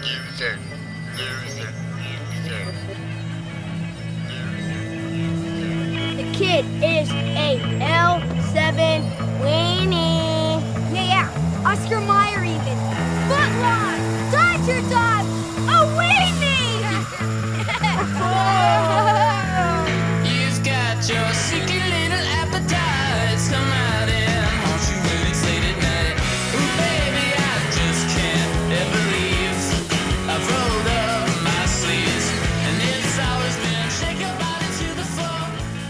Music, music, music. The kid is a L7 Winnie. Yeah, yeah. Oscar Meyer even. Footlong! Dodger Dog! A weenie! You've got your secret little appetite. Somehow then won't you really late at night? Ooh, baby, I just can't ever leave. I've rolled up my sleeves, and it's always been shake your body to the floor.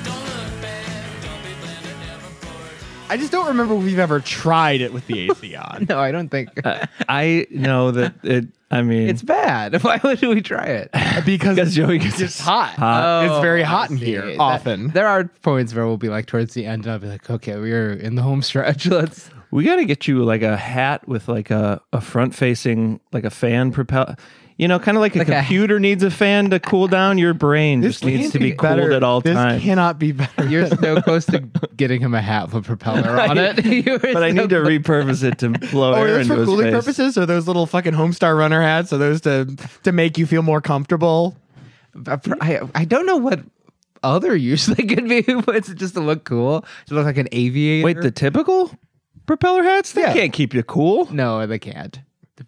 Don't look back, don't be blind and never bored. I just don't remember we've ever tried it with the Atheon. No, I don't think I know that it. I mean, it's bad. Why would we try it? because because it's Joey gets just hot. Hot. it's Oh, very I hot in see. here That- often. there are points where we'll be like towards the end, and I'll be like, okay, we are in the home stretch. Let's. We got to get you like a hat with like a, a front facing, like a fan propel. You know, kind of like a Like a- computer needs a fan to cool down. Your brain just needs can't to be, cooled better. at all this times. cannot be better. You're so close to getting him a hat with propeller on it. You were but I so need to close. repurpose it to blow Oh, are air those into for his cooling face. purposes? Or those little fucking Homestar runner hats? Are those to to make you feel more comfortable? uh, I, I don't know what other use they could be. It's just to look cool. To look like an aviator. Wait, the typical propeller hats? They Yeah. can't keep you cool. no, they can't.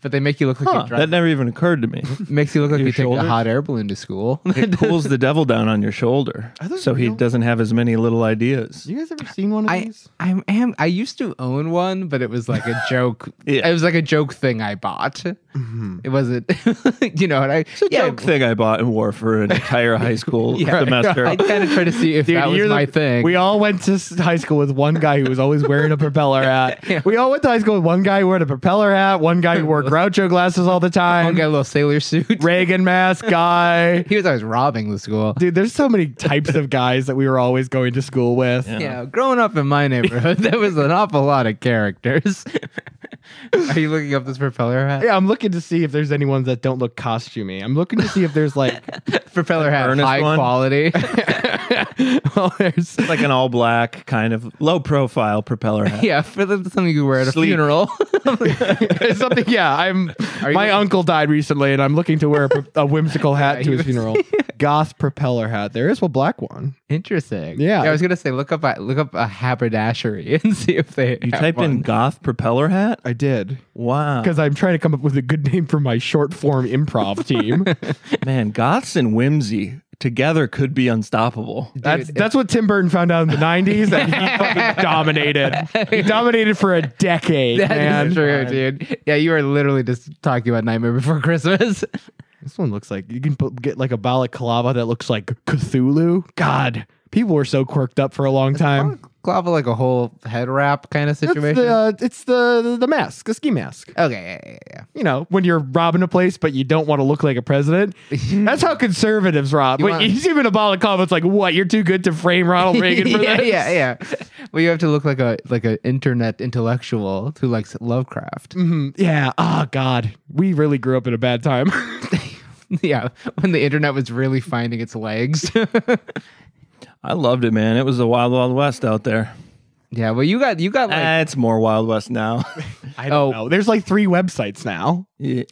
But they make you look like Huh, you that drive. never even occurred to me. makes you look like Your you take a shoulders? hot air balloon to school. It cools the devil down on your shoulder, those so he real? doesn't have as many little ideas. You guys ever seen one of I these? I am I used to own one, but it was like a joke. Yeah. It was like a joke thing I bought. It wasn't, you know. And I It's a joke thing I bought and wore for an entire high school semester. I kind of tried to see if that was you're the- my thing. We all went to s- high school with one guy who was always wearing a propeller hat. We all went to high school with one guy who wore a propeller hat, one guy who wore Groucho glasses all the I time, got a little sailor suit. Reagan mask guy. He was always robbing the school. Dude, there's so many types of guys that we were always going to school with. Yeah, growing up in my neighborhood, there was an awful lot of characters. Are you looking up this propeller hat? Yeah, I'm looking to see if there's any ones that don't look costumey. I'm looking to see if there's like, Propeller hat, Ernest high one? quality. well, there's It's like an all black kind of low profile propeller hat. yeah, for the, something you wear at a Sleek. funeral. It's something. Yeah, I'm. you- my uncle died recently, and I'm looking to wear a, pro- a whimsical hat Yeah, to you- his funeral. Goth propeller hat. There is a black one. Interesting. Yeah. I was gonna say look up a, look up a haberdashery and see if they You have type in one. goth propeller hat? I did Wow. because I'm trying to come up with a good name for my short form improv team. Man, goths and whimsy together could be unstoppable. that's that's what Tim Burton found out in the '90s, and he fucking dominated. He dominated for a decade, That man. is true, dude. Yeah, you are literally just talking about Nightmare Before Christmas. This one looks like you can put, get like a balaclava that looks like Cthulhu. God, people were so quirked up for a long time. Clava like a whole head wrap kind of It's situation. the, uh, it's the the mask, the ski mask. okay, yeah, yeah, yeah. you know, when you're robbing a place, but you don't want to look like a president. That's how conservatives rob. You You want- but he's even a balaclava. It's like, what? You're too good to frame Ronald Reagan for yeah, this? yeah, yeah. Well, you have to look like a like an internet intellectual who likes Lovecraft. Mhm. Yeah. Oh, God. We really grew up in a bad time. yeah, when the internet was really finding its legs. I loved it, man. It was the wild, wild west out there. yeah, well, you got you got like Ah, it's more wild west now. I don't Oh. know. There's like three websites now. Yeah.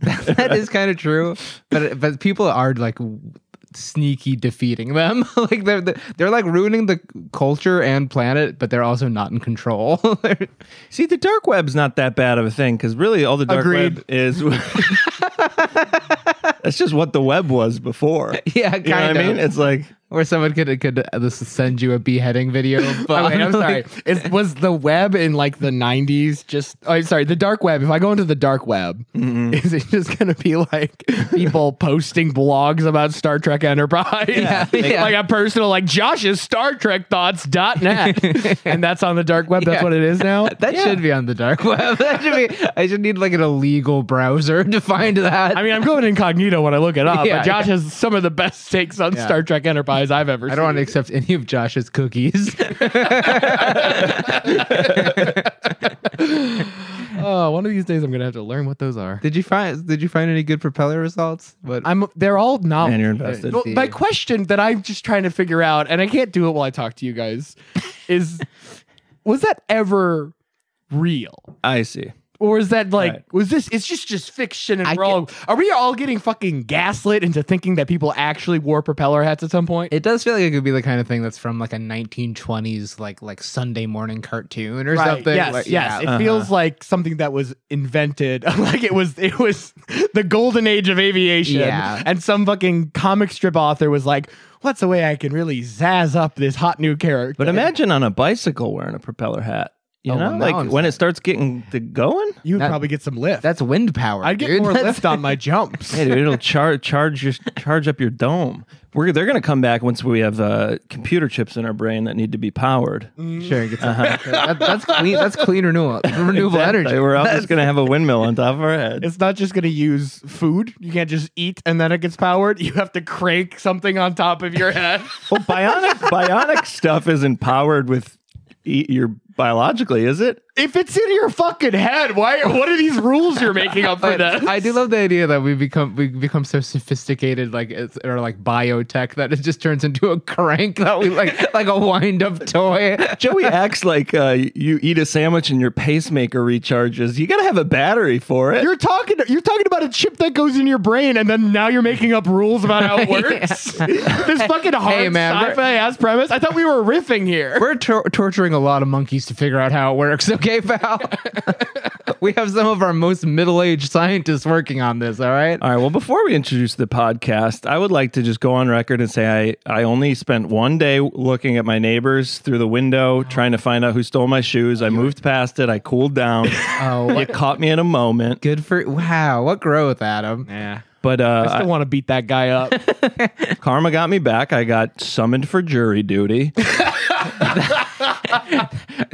that is kind of true, but but people are like sneaky defeating them. like they're they're like ruining the culture and planet, but they're also not in control. See, the dark web's not that bad of a thing because really all the dark Agreed. web is. That's just what the web was before. yeah, kind You know of. what I mean? It's like, Or someone could could uh, this send you a beheading video. But Oh, wait, I'm sorry. Is, was the web in like the 90s just. Oh, I'm sorry. The dark web. If I go into the dark web, Mm-hmm. is it just going to be like people posting blogs about Star Trek Enterprise? Yeah. Yeah. Like a personal, like Josh's Star Trek thoughts.net. and that's on the dark web. That's Yeah. what it is now. That should be on the dark web. That should be. I should need like an illegal browser to find that. I mean, I'm going incognito when I look it up, Yeah, but Josh has some of the best takes on Star Trek Enterprise I've ever I seen. don't want to accept any of Josh's cookies. Oh, one of these days I'm going to have to learn what those are. did you find Did you find any good propeller results? But I'm they're all novel. Man, you're invested. Well, See. my question that I'm just trying to figure out, and I can't do it while I talk to you guys, is was that ever real? I see. Or is that like Right. was this? It's just just fiction and I we're all are we all getting fucking gaslit into thinking that people actually wore propeller hats at some point? It does feel like it could be the kind of thing that's from like a 1920s like like Sunday morning cartoon or Right, something. Yes, Like, yes. yeah. uh-huh. It feels like something that was invented. like it was it was the golden age of aviation. Yeah. And some fucking comic strip author was like, What's a way I can really zazz up this hot new character? But imagine on a bicycle wearing a propeller hat. You Oh, know, well, now like I'm when it starts getting the going, you would that- probably get some lift. That's wind power. I'd get dude. more That's- lift on my jumps. hey, dude, it'll charge charge your charge up your dome. We're they're gonna come back once we have uh, computer chips in our brain that need to be powered. Sure, get some- that, that's clean. That's clean renewal, renewable Exactly. energy. We're all just gonna have a windmill on top of our heads. It's not just going to use food. You can't just eat and then it gets powered. You have to crank something on top of your head. Well, bionic bionic stuff isn't powered with e- your biologically, is it? if it's in your fucking head, why? What are these rules you're making up for But this? I do love the idea that we become we become so sophisticated, like it's, or like biotech, that it just turns into a crank that we like like a wind up toy. Joey acts like uh, you eat a sandwich and your pacemaker recharges. You gotta have a battery for it. You're talking. You're talking about a chip that goes in your brain, and then now you're making up rules about how it works. this fucking hard man, we're- sci-fi ass premise. I thought we were riffing here. We're tor- torturing a lot of monkeys to figure out how it works. Okay, pal. we have some of our most middle aged scientists working on this. All right. All right. Well, before we introduce the podcast, I would like to just go on record and say I, I only spent one day looking at my neighbors through the window trying to find out who stole my shoes. I moved past it. I cooled down. Oh, It caught me in a moment. good for wow! What growth, Adam? Yeah. But uh, I still want to beat that guy up. karma got me back. I got summoned for jury duty.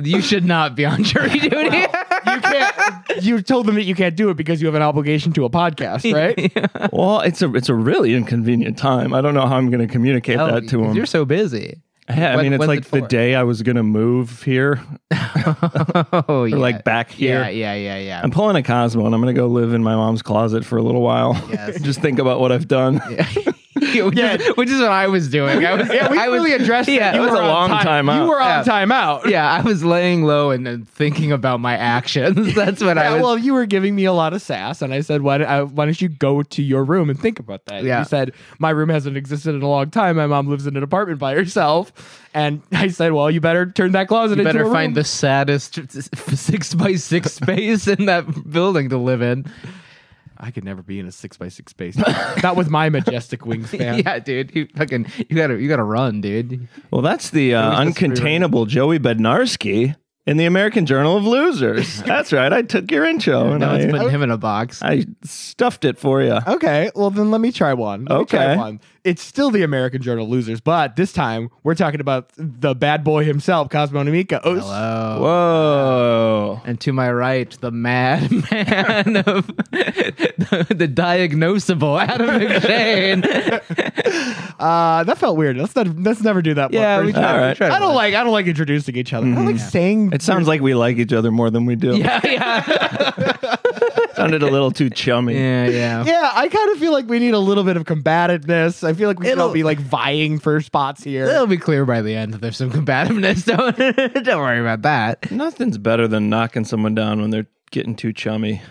You should not be on jury duty. You can't. You told them that you can't do it because you have an obligation to a podcast, right? well, it's a it's a really inconvenient time. I don't know how I'm going to communicate Oh, that to them. You're so busy. Yeah, I When- mean, it's when's like it the for? day I was going to move here, Oh, yeah. or like back here. Yeah, yeah, yeah, yeah. I'm pulling a Cosmo and I'm going to go live in my mom's closet for a little while. Yes. Just think about what I've done. Yeah, which, is, which is what I was doing. I was, Yeah, we I was, really addressed that. yeah, You it was were a on long time out. You were on Yeah. timeout. yeah, I was laying low and, and thinking about my actions. That's what I Yeah, was. well, you were giving me a lot of sass, and I said, why, don't- I, "Why don't you go to your room and think about that?" Yeah. You said, "My room hasn't existed in a long time. My mom lives in an apartment by herself." And I said, "Well, you better turn that closet you into better a find room." the saddest six by six space in that building to live in. I could never be in a six by six space, not with my majestic wingspan. Yeah, dude, you fucking you gotta you gotta run, dude. Well, that's the uh, was just a uncontainable Joey Bednarski in the American Journal of Losers. that's right. I took your intro and Now it's I, putting him in a box. I stuffed it for you. Okay, well then let me try one. Let me try Okay. one. It's still the American Journal of Losers, but this time we're talking about the bad boy himself, Cosmo Namikos. Hello. Whoa. And to my right, the madman of the, the diagnosable Adam McShane. Uh, that felt weird. Let's not, let's never do that. yeah, one. we tried. All We right. tried I don't like I don't like introducing each other. I don't like Mm-hmm. saying It sounds like we like each other more than we do. Yeah, yeah, Sounded a little too chummy. yeah, yeah. Yeah, I kind of feel like we need a little bit of combativeness. I feel like we should all It'll- be like vying for spots here. It'll be clear by the end. that There's some combativeness. Don't don't worry about that. Nothing's better than knocking someone down when they're getting too chummy.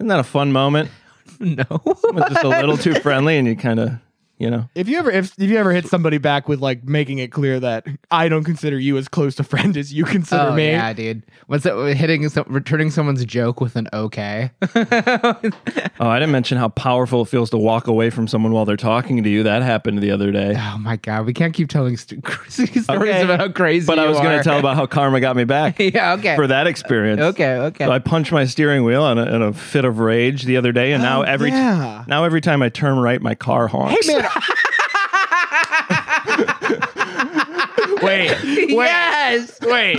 Isn't that a fun moment? No. When it's just a little too friendly and you kind of, you know. If you ever if, if you ever hit somebody back with like making it clear that I don't consider you as close a friend as you consider Oh me. yeah, dude. What's that? Hitting some, returning someone's joke with an okay. Oh, I didn't mention how powerful it feels to walk away from someone while they're talking to you. That happened the other day. Oh my god, we can't keep telling st- crazy stories Okay. about how crazy. But I you was going are. to tell about how karma got me back yeah. Okay. for that experience. Okay. Okay. So I punched my steering wheel in a, in a fit of rage the other day, and Oh, now every yeah. now every time I turn right, my car honks. Hey man. wait, Yes, wait,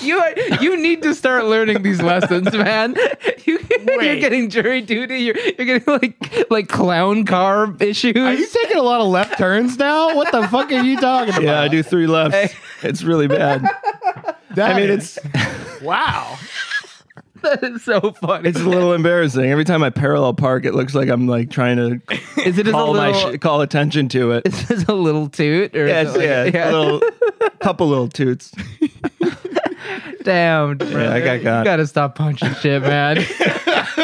you are, you need to start learning these lessons, man. You, you're Wait. getting jury duty. You're you're getting like like clown car issues. are you taking a lot of left turns now? What the fuck are you talking about? Yeah, I do three lefts. It's really bad. That I mean, is- it's wow. that is so funny. it's a little embarrassing. Every time I parallel park, it looks like I'm like trying to is it as a call my little? sh- call attention to it. is this a little toot or Yeah, is it's, it like- yeah, it's yeah. a little couple little toots. Damn, I got got. You gotta stop punching shit, man.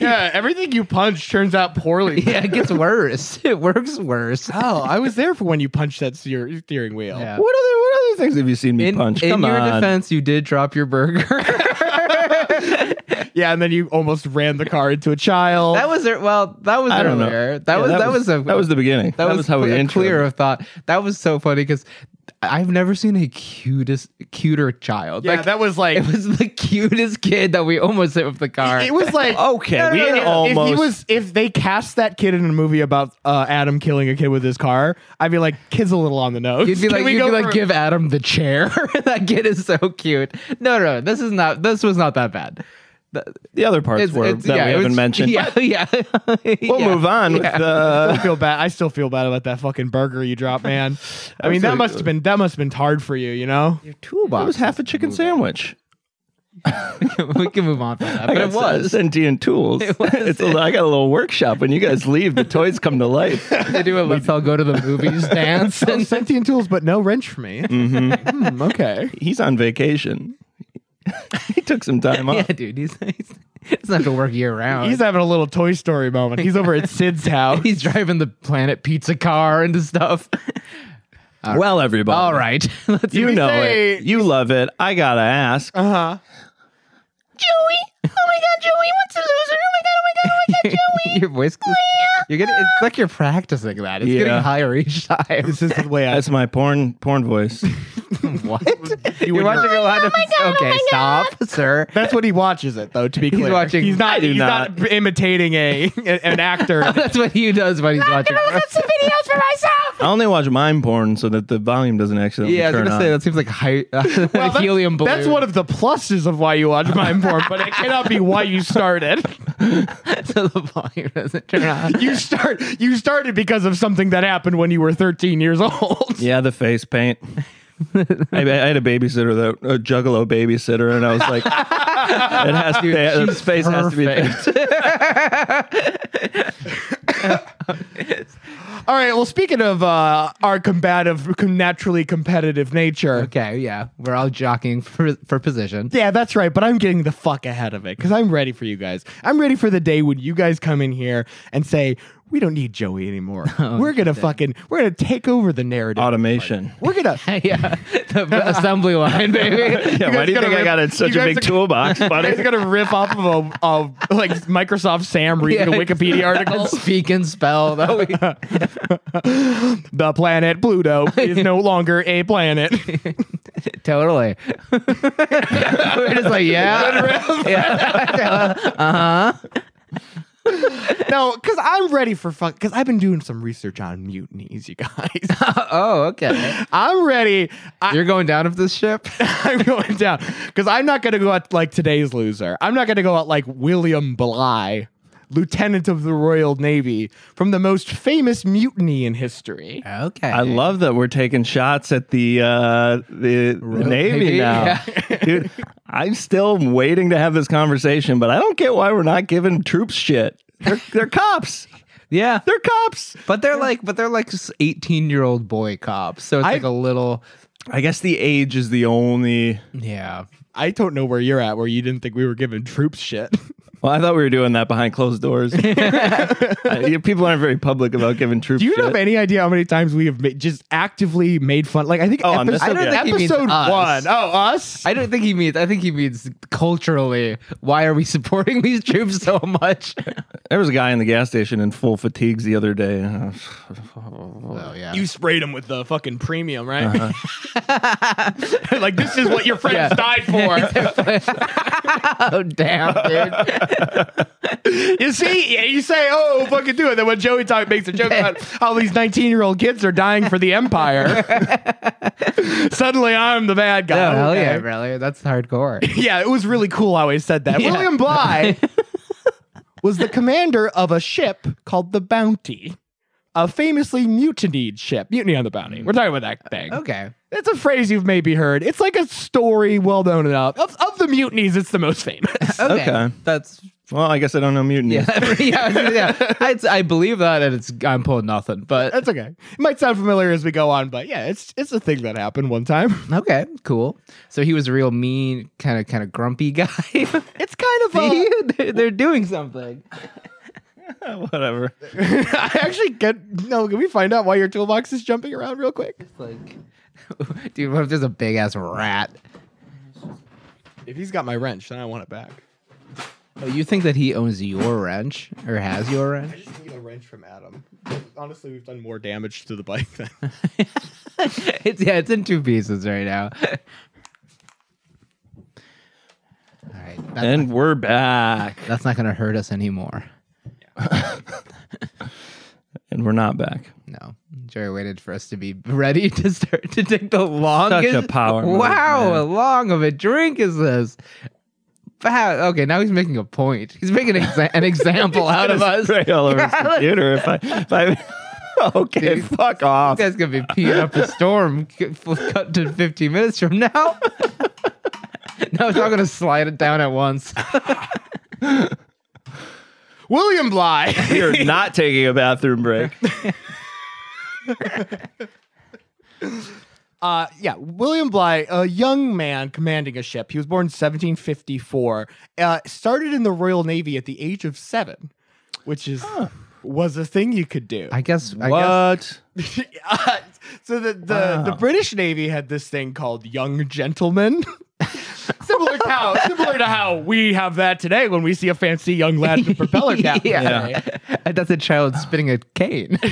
yeah, everything you punch turns out poorly. yeah, it gets worse. It works worse. Oh, I was there for when you punched that steer- steering wheel. Yeah. What other what other things have you seen me In, punch? in Come your on. defense, you did drop your burger. Yeah, and then you almost ran the car into a child. that was er- well. That was I don't know. earlier. That Yeah, was that was a that was the beginning. that, was, how we cl- introed clear it. of thought. That was so funny because I've never seen a cutest cuter child. yeah, Like, that was like it was the cutest kid that we almost hit with the car. It was like Oh, Okay, we no, no, no. almost. If he was, if they cast that kid in a movie about uh, Adam killing a kid with his car, I'd be like, kid's a little on the nose. You'd be Can like, we you'd go be like, for- give Adam the chair. that kid is so cute. No, no, this is not. This was not that bad. Th- the other parts were that yeah, we it haven't was- mentioned. Yeah, yeah. We'll move on with I the. feel bad. I still feel bad about that fucking burger you dropped, man. I mean, that Absolutely. must have been that must have been hard for you, you know. Toolbox. It was half a chicken sandwich. we can move on from that. I But got uh, it was. sentient tools. It was. It's a, I got a little workshop. When you guys leave, the toys come to life. They do a let's all go to the movies dance. Oh, And sentient tools, but no wrench for me. Mm-hmm. Hmm, okay. He's on vacation. he took some time yeah, off. dude, he's, he's it's not to work year round. He's He's, having a little Toy Story moment. He's over at Sid's house. driving the Planet Pizza car into stuff. Well, everybody. All right, let's You know say- it. You love it. I gotta ask. Uh huh. oh your voice. You're getting. It's like you're practicing that. It's Yeah. getting higher each time. This is the way I. That's my porn porn voice. what? you Oh You're would- watching a lot of. okay, stop, sir. That's what he watches it though. To be clear, watching- He's not. I do he's not. imitating a an actor. That's what he does when he's watching. some videos for myself. I only watch mime porn so that the volume doesn't accidentally Yeah, I was turn gonna on. say that seems like high, Well, that's- helium balloon. That's one of the pluses of why you watch mime porn, but it cannot be why you started. so the volume doesn't turn on. You start. You started because of something that happened when you were 13 years old. Yeah, the face paint. I, I had a babysitter, that, a juggalo babysitter, and I was like, "It has to. uh, Dude, the she's face has to be." perfect. All right. Well, speaking of uh, our combative, com- naturally competitive nature. Okay, yeah, we're all jockeying for for position. Yeah, that's right. But I'm getting the fuck ahead of it because I'm ready for you guys. I'm ready for the day when you guys come in here and say, "We don't need Joey anymore. Oh, we're gonna fucking, we're gonna take over the narrative. Automation. We're gonna." yeah, the assembly line, baby. Yeah, why do you gotta think I rip- got it such you a guys big are- toolbox, I buddy? was gonna rip off of a of like Microsoft Sam reading Yeah. a Wikipedia article. Speak and spell. That we, the planet Pluto is no longer a planet. totally. we're just like, yeah, no, because I'm ready for fun. Because I've been doing some research on mutinies, you guys. oh, okay. I'm ready. I, You're going down with this ship. I'm going down because I'm not gonna go out like today's loser. I'm not gonna go out like William Bligh. Lieutenant of the Royal Navy from the most famous mutiny in history. Okay, I love that we're taking shots at the uh, the, the Navy, Navy now, dude. I'm still waiting to have this conversation, but I don't get why we're not giving troops shit. They're, they're cops. Yeah, They're cops. but they're like, but they're like eighteen-year-old boy cops. So it's I- like a little, I guess the age is the only. yeah. I don't know where you're at, where you didn't think we were giving troops shit. Well, I thought we were doing that behind closed doors. Uh, you- People aren't very public about giving troops. Do you shit. have any idea how many times we have ma- just actively made fun? Like I think Oh, on this episode, I don't think he means episode us. one. Oh, us. I don't think he means. I think he means culturally. Why are we supporting these troops so much? There was a guy in the gas station in full fatigues the other day. Uh, Oh yeah. you sprayed him with the fucking premium, right? like this is what your friends died for. oh damn, dude. you see, yeah, you say, "Oh, fucking do it." Then when Joey talk makes a joke about how these nineteen-year-old kids are dying for the empire, suddenly I'm the bad Oh guy. hell Okay. yeah, really? That's hardcore. Yeah, it was really cool how he said that. Yeah. William Bly was the commander of a ship called the Bounty, a famously mutinied ship. Mutiny on the Bounty. We're talking about that thing. Okay. It's a phrase you've maybe heard. It's like a story well known enough. Of, of the mutinies, it's the most famous. Okay. Okay. That's Well, I guess I don't know mutiny. Yeah, yeah, yeah. I, I believe that, and it's I'm pulling nothing. But That's okay. It might sound familiar as we go on, but yeah, it's it's a thing that happened one time. okay, cool. So he was a real mean, kind of kind of grumpy guy. It's kind of See, they're, they're doing something. Whatever. I actually get no. Can we find out why your toolbox is jumping around real quick? It's like, dude, what if there's a big ass rat? If he's got my wrench, then I want it back. Oh, you think that he owns your wrench or has your I wrench? just need a wrench from Adam. Honestly, we've done more damage to the bike than it's yeah, it's in two pieces right now. All right, that- Eh? And we're back. that's not gonna hurt us anymore. And we're not back. No, Jerry waited for us to be ready to start to take the longest. power move, Wow, man. how long of a drink is this? Wow. Okay, now he's making a point. He's making an, exa- an example out of us. Spray all over his computer if I. If I okay, Dude. fuck off. That's gonna be peeing up a storm. c- f- Cut to 15 minutes from now. no, it's not gonna slide it down at once. William Bly. You're not taking a bathroom break. Uh, yeah, William Bly, a young man commanding a ship. He was born 1754. Uh, started in the Royal Navy at the age of seven, which is was a thing you could do. I guess. I guess What? Uh, so the the, Wow. the British Navy had this thing called young gentlemen. similar to how similar to how we have that today when we see a fancy young lad with a propeller cap. Yeah. that's a child spitting a cane.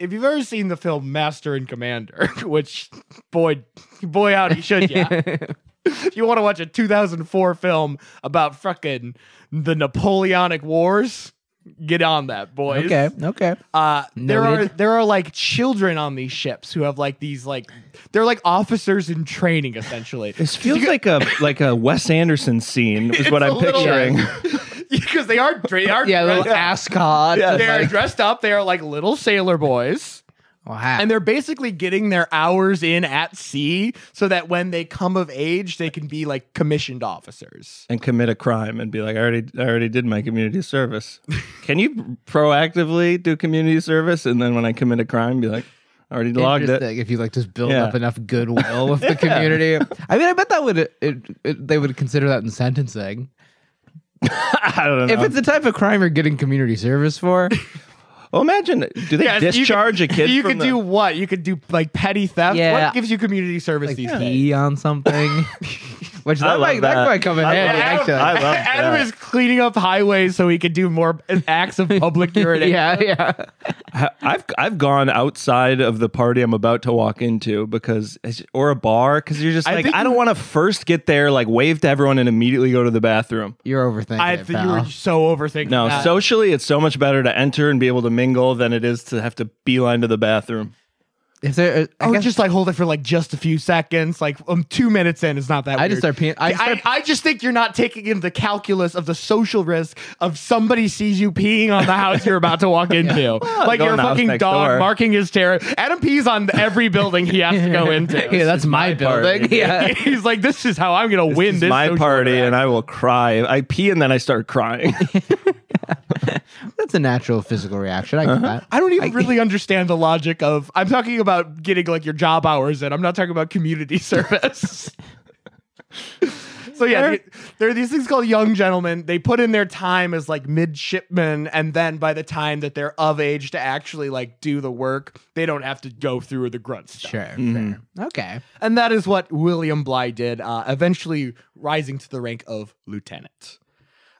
If you've ever seen the film Master and Commander, which boy boy howdy should ya. if you want to watch a 2004 film about fucking the Napoleonic Wars, get on that, boys. okay. Okay. Uh, there are Noted. there are like children on these ships who have like these like they're like officers in training essentially This feels like a like a Wes Anderson scene is what I'm a little- picturing. because they are they are Yeah, little dressed, ascot. Yeah. they're like- dressed up they are like little sailor boys wow. and they're basically getting their hours in at sea so that when they come of age they can be like commissioned officers and commit a crime and be like, I already, I already did my community service. Can you proactively do community service and then when I commit a crime, be like, I already logged it. Interesting, If you like just build Yeah. up enough goodwill with the community, I mean, I bet that would it, it, they would consider that in sentencing. I don't know. If it's the type of crime you're getting community service for, well, Oh, imagine, do they Yes, you could- discharge a kid? you from could the- do what you could do like petty theft Yeah. what gives you community service like these days pee on something, which I that love might that. that. might come in I love handy. that. Actually, I love Adam that. is cleaning up highways so he could do more acts of public urination. yeah, yeah. I- I've I've gone outside of the party I'm about to walk into because it's- or a bar because you're just I like think I don't you- want to first get there like wave to everyone and immediately go to the bathroom. You're overthinking I it, think you were pal. so overthinking. No, that. socially it's so much better to enter and be able to mingle than it is to have to beeline to the bathroom. If there, uh, I I would Oh, guess just like hold it for like just a few seconds. Like um, two minutes in is not that. I just weird. start peeing- I I, start- I just think you're not taking in the calculus of the social risk of somebody sees you peeing on the house you're about to walk into, like going your to house fucking next dog door. marking his territory. Adam pees on every building he has to go into. yeah, that's my, part. building. Yeah. He's like, this is how I'm gonna win It's this. my social party interaction." and I will cry. I pee and then I start crying. that's a natural physical reaction. I get that. I don't even really understand the logic of. I'm talking about getting like your job hours in. I'm not talking about community service. so yeah, the- there are these things called young gentlemen. They put in their time as like midshipmen, and then by the time that they're of age to actually like do the work, they don't have to go through the grunt stuff. Sure, sure. Okay. And that is what William Bly did, uh, eventually rising to the rank of lieutenant.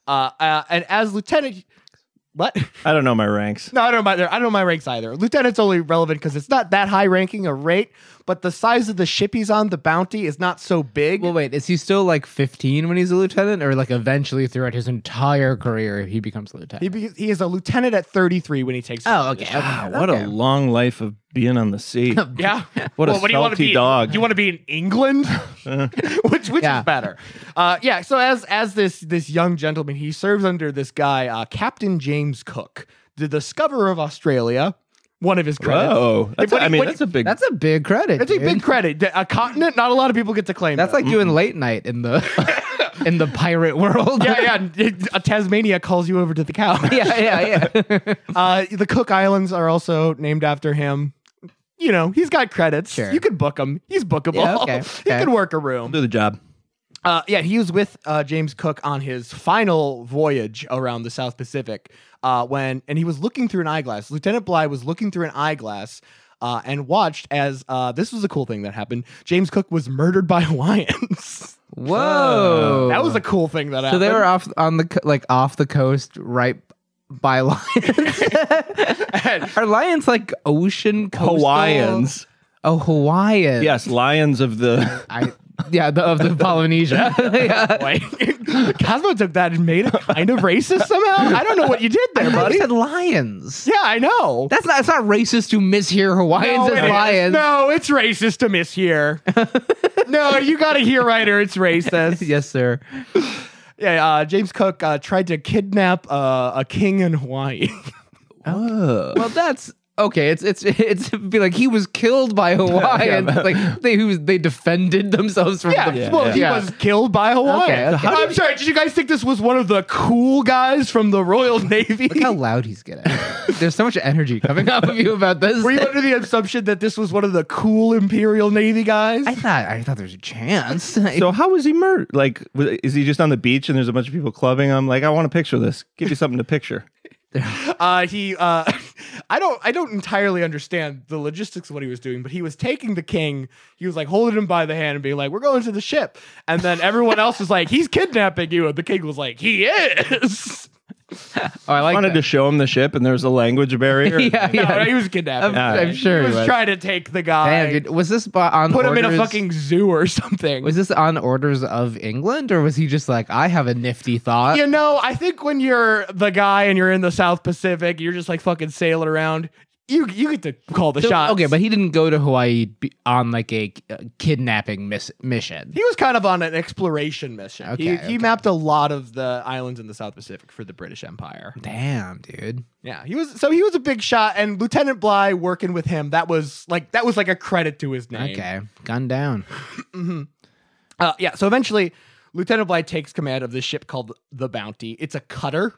Uh, uh, and as lieutenant, what? I don't know my ranks. No, I don't mind. I don't mind ranks either. Lieutenant's only relevant because it's not that high ranking a rate, but the size of the ship he's on, the bounty, is not so big. Well, wait, is he still like 15 when he's a lieutenant, or like eventually throughout his entire career he becomes a lieutenant? he, be, he is a lieutenant at 33 when he takes. oh, okay. Wow, what a long life of being on the sea. yeah. What a do you wanna salty be? dog. Uh-huh. You want to be in England, which which Yeah. is better? Uh, yeah. So as as this this young gentleman, he serves under this guy, uh, Captain James Cook, the discoverer of Australia. One of his credits. Whoa, that's When a, he- I mean when- that's a big. That's a big credit. It's a dude. big credit. A continent, not a lot of people get to claim. That's that. like doing late night in the. in the pirate world. yeah, yeah. A Tasmania calls you over to the couch. yeah, yeah, yeah. Uh, the Cook Islands are also named after him. You know, he's got credits. Sure. You could book him. He's bookable. Yeah, okay, He okay. could work a room. Do the job. Uh, yeah, he was with uh, James Cook on his final voyage around the South Pacific uh, when, and he was looking through an eyeglass. Lieutenant Bly was looking through an eyeglass. Uh, and watched as uh, this was a cool thing that happened. James Cook was murdered by Hawaiians. Whoa, that was a cool thing that Oh. So happened. they were off on the co- like off the coast, right by lions. Are lions like ocean coastal? Hawaiians. Oh, Hawaiian. Yes, lions of the. I, yeah, the, of the Polynesia. Yeah. like Cosmo took that and made it kind of racist somehow. I don't know what you did there, I buddy. said lions. Yeah, I know. That's not. It's not racist to mishear Hawaiians it as is. lions. No, it's racist to mishear. no, you got to hear right or it's racist. Yes, sir. Yeah, uh, James Cook uh, tried to kidnap uh, a king in Hawaii. Well, that's okay. It's it's it's it'd be like he was killed by Hawaiians. like they who they defended themselves from. yeah, the, well, he Yeah. was killed by Hawaii. Okay, okay. I'm sorry. Did you guys think this was one of the cool guys from the Royal Navy? Look how loud he's getting. There's so much energy coming off of you about this. Were you under the assumption that this was one of the cool Imperial Navy guys? I thought I thought there was a chance. So how was he murdered? Like, w- is he just on the beach and there's a bunch of people clubbing him? Like, I want to picture this. Give you something to picture. uh, he uh, I don't I don't entirely understand the logistics of what he was doing, but he was taking the king. He was like holding him by the hand and being like, "We're going to the ship," and then everyone else was like, "He's kidnapping you," and the king was like, "He is." oh, I like wanted that. to show him the ship and there was a language barrier. yeah, No, yeah. he was kidnapping. All I'm right. sure he he was, was. trying to take the guy, Damn, dude. was this bo- on put him orders, in a fucking zoo or something. Was this on orders of England, or was he just like, I have a nifty thought? you know, I think when you're the guy and you're in the South Pacific, you're just like fucking sailing around. You you get to call the So- shots. Okay, but he didn't go to Hawaii be- on like a uh, kidnapping miss- mission. He was kind of on an exploration mission. he, Okay, he okay. mapped a lot of the islands in the South Pacific for the British Empire. Damn, dude. Yeah, he was so he was a big shot, and Lieutenant Bly working with him that was like that was like a credit to his name. Okay, gun down. uh, yeah. So eventually, Lieutenant Bly takes command of this ship called the Bounty. It's a cutter,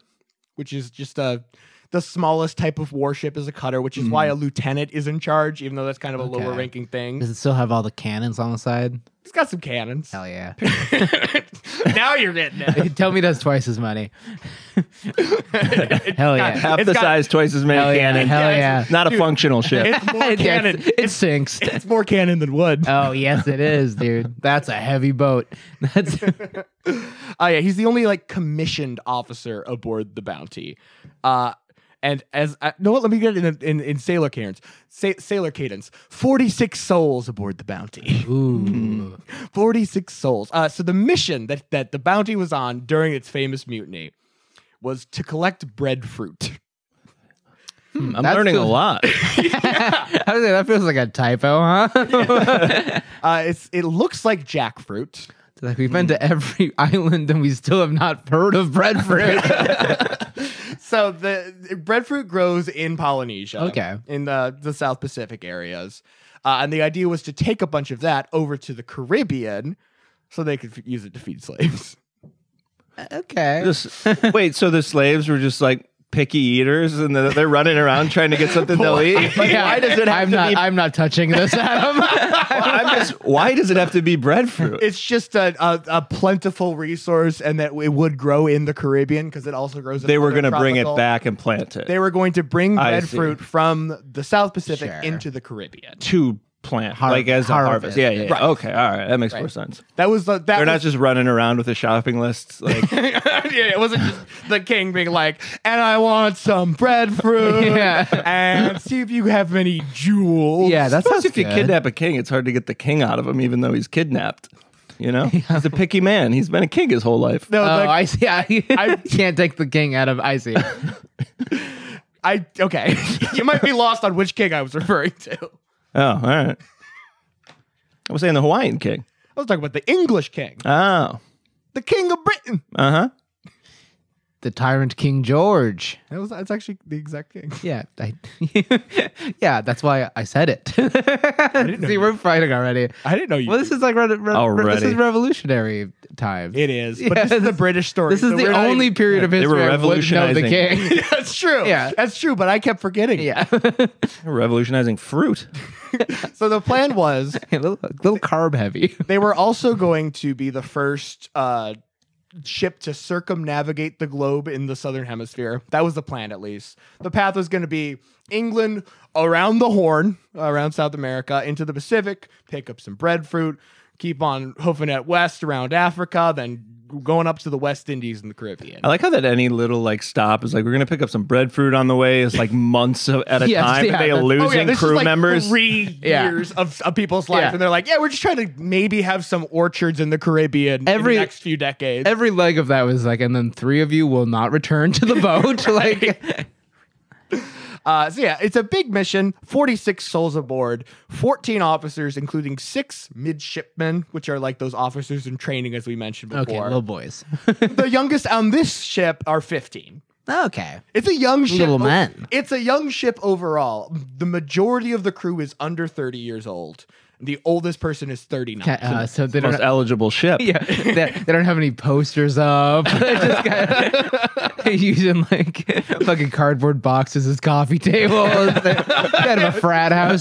which is just a the smallest type of warship is a cutter, which is why a lieutenant is in charge, even though that's kind of a Mm-hmm. Okay. lower ranking thing. Does it still have all the cannons on the side? He's got some cannons. Hell yeah. now you're getting it. Tell me that's twice as money. Hell yeah. Half It's the got- size, twice as many Hell yeah, cannon. hell yeah. Not a functional ship. It's more It- cannon. It, it sinks. It's more cannon than wood. Oh yes, it is, dude. That's a heavy boat. That's Oh yeah, he's the only like commissioned officer aboard the Bounty. Uh, and as I, no, what, let me get it in in, in sailor cadence. Sa- sailor cadence. Forty six souls aboard the Bounty. ooh. Forty six souls. Uh, so the mission that that the Bounty was on during its famous mutiny was to collect breadfruit. I'm That's learning the- a lot. I was like, that feels like a typo, huh? Uh, it's it looks like jackfruit. It's like we've been to every island and we still have not heard of breadfruit. So the breadfruit grows in Polynesia. Okay. In the, the South Pacific areas. Uh, and the idea was to take a bunch of that over to the Caribbean so they could f- use it to feed slaves. okay. Just, wait, so the slaves were just like picky eaters and they're, they're running around trying to get something they'll eat? Like, Yeah, why does it have I'm to not be? I'm not touching this, Adam. I'm just, why does it have to be breadfruit? It's just a, a, a plentiful resource and that it would grow in the Caribbean because it also grows in they were going to bring it back and plant it They were going to bring I breadfruit from the South Pacific Sure. into the Caribbean. to plant, Har- like as harvest. a harvest. Yeah, yeah. yeah. Right. Okay, all right. That makes more sense. That was the that They're not was- just running around with a shopping list. Like, yeah, it wasn't just the king being like, and I want some breadfruit. Yeah. And see if you have any jewels. yeah, that's suppose if you good. kidnap a king, it's hard to get the king out of him, even though he's kidnapped. You know, he's a picky man. He's been a king his whole life. No, Oh, the- I see. I, I- can't take the king out of I see. I okay. you might be lost on which king I was referring to. I Oh, all right. I was saying the Hawaiian king. was talking about the English king, Oh, the king of Britain. uh huh. the tyrant King George. That was, that's actually the exact thing. Yeah, I, yeah, that's why I said it. See, we're fighting already. I didn't know you. Well, this is like re- re- re- this Already. is revolutionary times. it is, but Yeah, this is the this- British story. This is so the we're not only even- period of They history were I wouldn't know the revolutionizing. king. That's true. Yeah. that's true. But I kept forgetting. yeah, Revolutionizing fruit. So the plan was a little, a little carb heavy. they were also going to be the first uh, ship to circumnavigate the globe in the southern hemisphere. That was the plan, at least. The path was going to be England around the Horn, around South America, into the Pacific, pick up some breadfruit, keep on hoofing it west around Africa, then going up to the West Indies and the Caribbean. I like how that any little like stop is like we're gonna pick up some breadfruit on the way. It's like months of, at a Yes, time. yeah, and they that's- are Oh, Oh, yeah, losing this is crew like members. Three Yeah. years of, of people's life, Yeah. and they're like, "Yeah, we're just trying to maybe have some orchards in the Caribbean Every- in the next few decades." Every leg of that was like, and then three of you will not return to the boat. Like, Uh, so yeah, it's a big mission. Forty-six souls aboard, fourteen officers, including six midshipmen, which are like those officers in training, as we mentioned okay, before. little boys. the youngest on this ship are fifteen. okay, It's a young ship. Little man. It's a young ship overall. The majority of the crew is under thirty years old. The oldest person is thirty-nine. uh, so they Most don't. eligible ship. Yeah, they, they don't have any posters up. Just kinda using like fucking cardboard boxes as coffee tables. They're kind of a frat house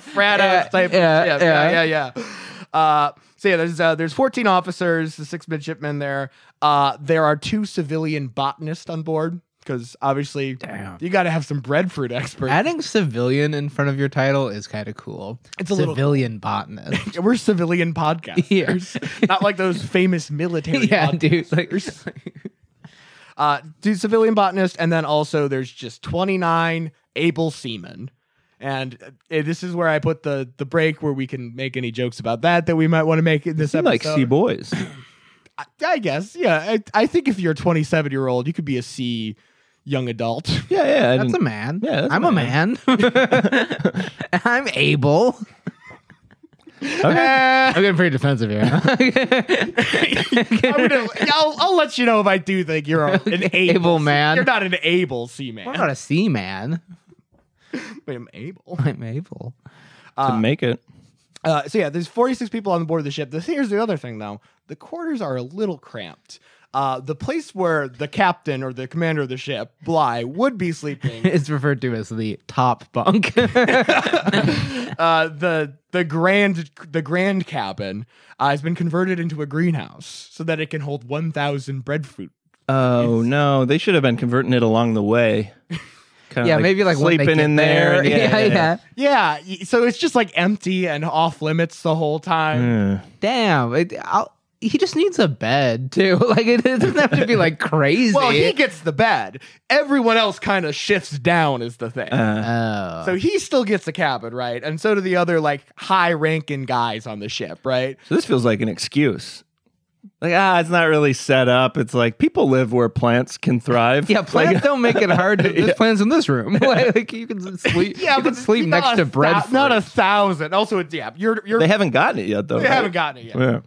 frat Yeah, house type yeah, ship. yeah. Yeah, yeah, yeah. Uh, so yeah, there's uh, there's 14 officers, the six midshipmen there. Uh, there are two civilian botanists on board because obviously you got to have some breadfruit experts. Adding civilian in front of your title is kind of cool. It's a little civilian botanist. We're civilian podcasters, not like those famous military. yeah, podcasters. dude. Like, Uh, do civilian botanist, and then also there's just 29 able seamen. And uh, this is where I put the the break where we can make any jokes about that that we might want to make in this Seem episode. like sea boys. I guess, yeah. I, I think if you're a 27 year old, you could be a C young adult. Yeah, yeah. I that's a didn't- man. Yeah, that's a I'm a man. I'm able. I'm getting pretty defensive here. I'm gonna, I'll, I'll let you know if I do think you're a- an able, Able man. You're not an able C man. I'm not a sea man. Wait, I'm able. I'm able. to make it. Uh, so yeah, there's 46 people on board the ship. This, here's the other thing though: the quarters are a little cramped. Uh, the place where the captain or the commander of the ship, Bly, would be sleeping, It's referred to as the top bunk. uh, the the grand the grand cabin, uh, has been converted into a greenhouse so that it can hold 1,000 breadfruit Oh no, they should have been converting it along the way. Kinda yeah, maybe like when they sleeping get in there. and yeah, yeah, Yeah, y- so it's just like empty and off limits the whole time. yeah. Damn. It, I'll, he just needs a bed too. Like it doesn't have to be like crazy. Well, he gets the bed. Everyone else kind of shifts down is the thing. Uh, oh. so he still gets the cabin, right? And so do the other like high ranking guys on the ship, right? So this feels like an excuse. Like ah, it's not really set up. It's like people live where plants can thrive. yeah, plants don't make it hard. To, There's plants in this room. like, you can sleep. you can sleep not next a to thou- bread. Not a thousand. Also, it's yeah, you're you're They haven't gotten it yet though. they right? haven't gotten it yet. Yeah.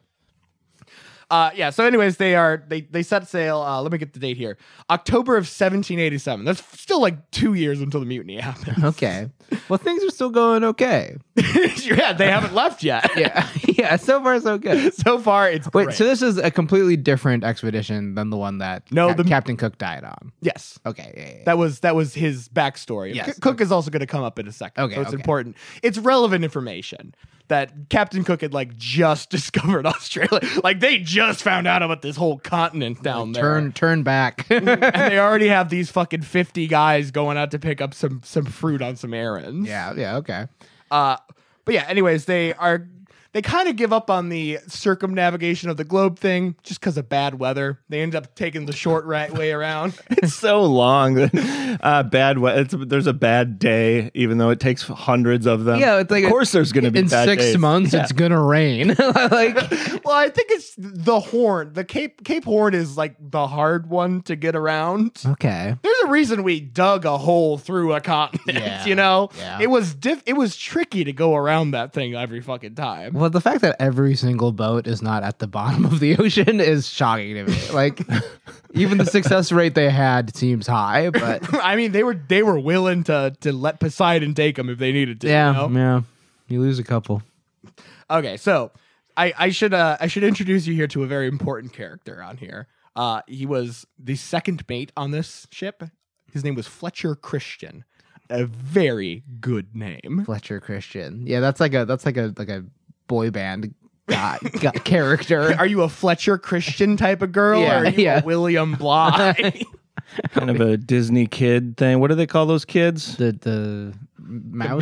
Uh, yeah. So, anyways, they are they they set sail. Uh, let me get the date here. October of 1787. That's still like two years until the mutiny happened. okay. Well, things are still going okay. yeah, they haven't left yet. Yeah, yeah. So far, so good. So far, it's Wait, great. so this is a completely different expedition than the one that No, Cap- the- Captain Cook died on. yes. Okay, yeah, yeah, yeah. That was that was his backstory. Yes. C- Cook is also going to come up in a second. Okay, so it's okay. important. It's relevant information that Captain Cook had like just discovered Australia. Like they just found out about this whole continent down there. turn, turn back. and they already have these fucking 50 guys going out to pick up some some fruit on some errands. yeah, yeah. Okay. Uh, but yeah, anyways, they are they kind of give up on the circumnavigation of the globe thing just because of bad weather. They end up taking the short right way around. It's so long. uh, bad. We- it's, there's a bad day, even though it takes hundreds of them. Yeah, it's like of course there's going to be in bad six days. months Yeah. it's gonna rain like Well, I think it's the horn. The Cape Cape Horn is like the hard one to get around. okay There's a reason we dug a hole through a continent. Yeah. You know, Yeah. it was diff- it was tricky to go around that thing every fucking time. Well, the fact that every single boat is not at the bottom of the ocean is shocking to me. Like, even the success rate they had seems high, but I mean, they were they were willing to to let Poseidon take them if they needed to. you yeah, know? yeah, you lose a couple. Okay, so I, I should uh, I should introduce you here to a very important character on here. Uh, he was the second mate on this ship. His name was Fletcher Christian, a very good name. Fletcher Christian, yeah, that's like a that's like a like a boy band guy, guy- character. Are you a Fletcher Christian type of girl, Yeah, or are you yeah. a William Bly? kind of a Disney kid thing. What do they call those kids? The the mouse,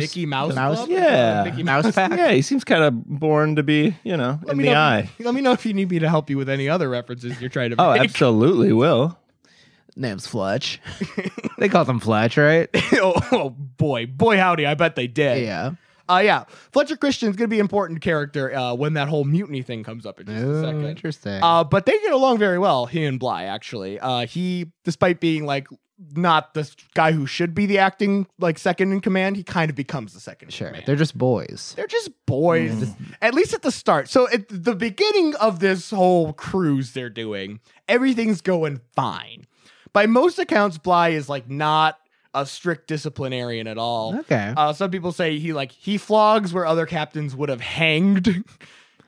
Mickey Mouse Club? Yeah. Mickey mouse pack. yeah, he seems kind of born to be, you know, in the know, eye. Let me know if you need me to help you with any other references you're trying to Oh, make. absolutely will. Name's Fletch. they call them Fletch, right? oh, oh, boy, boy howdy! I bet they did. Yeah. Uh, yeah, Fletcher Christian's gonna be an important character uh, when that whole mutiny thing comes up in just a Oh, second. interesting. Uh, but they get along very well, he and Bly, actually. Uh, he, despite being like not the guy who should be the acting like second in command, he kind of becomes the second. in sure, command. they're just boys. They're just boys, Mm. at least at the start. So at the beginning of this whole cruise they're doing, everything's going fine. By most accounts, Bly is like not a strict disciplinarian at all. Okay. Uh, some people say he like he flogs where other captains would have hanged,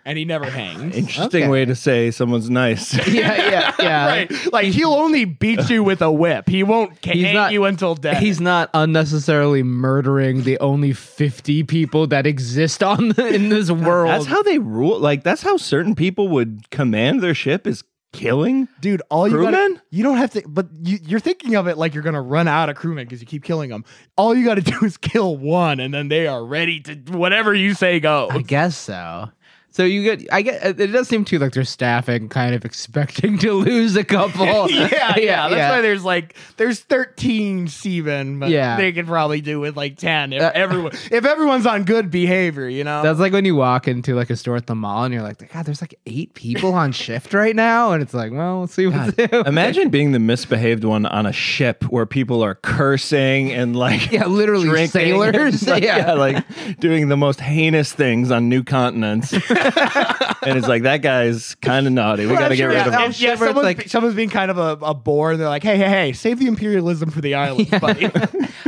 and he never hangs. Interesting Okay. way to say someone's nice. yeah, yeah, yeah. right? Like he'll only beat you with a whip. He won't ca- He's hang not- you until death. He's not unnecessarily murdering the only 50 people that exist on the, in this world. That's how they rule. Like that's how certain people would command their ship is killing. dude. All you Crewmen? gotta, you don't have to, but you, you're thinking of it like you're gonna run out of crewmen because you keep killing them. All you got to do is kill one, and then they are ready to whatever you say go. I guess so. So you get, I get, uh, it does seem too like they're staffing, kind of expecting to lose a couple. yeah, yeah, That's yeah. why there's like there's 13 seamen, but Yeah. Uh, they could probably do with like 10 if everyone if everyone's on good behavior, you know. That's like when you walk into like a store at the mall and you're like, God, there's like eight people on shift right now, and it's like, well, let's see what's new. Imagine being the misbehaved one on a ship where people are cursing and like Yeah, literally drinking and, sailors. like, Yeah. like doing the most heinous things on new continents. and it's like that guy's kind of naughty. We got to get rid of yeah, him. him. yeah, Shiver, it's someone's, like- be- someone's being kind of a, a bore, and they're like, "Hey, hey, hey, save the imperialism for the island, buddy."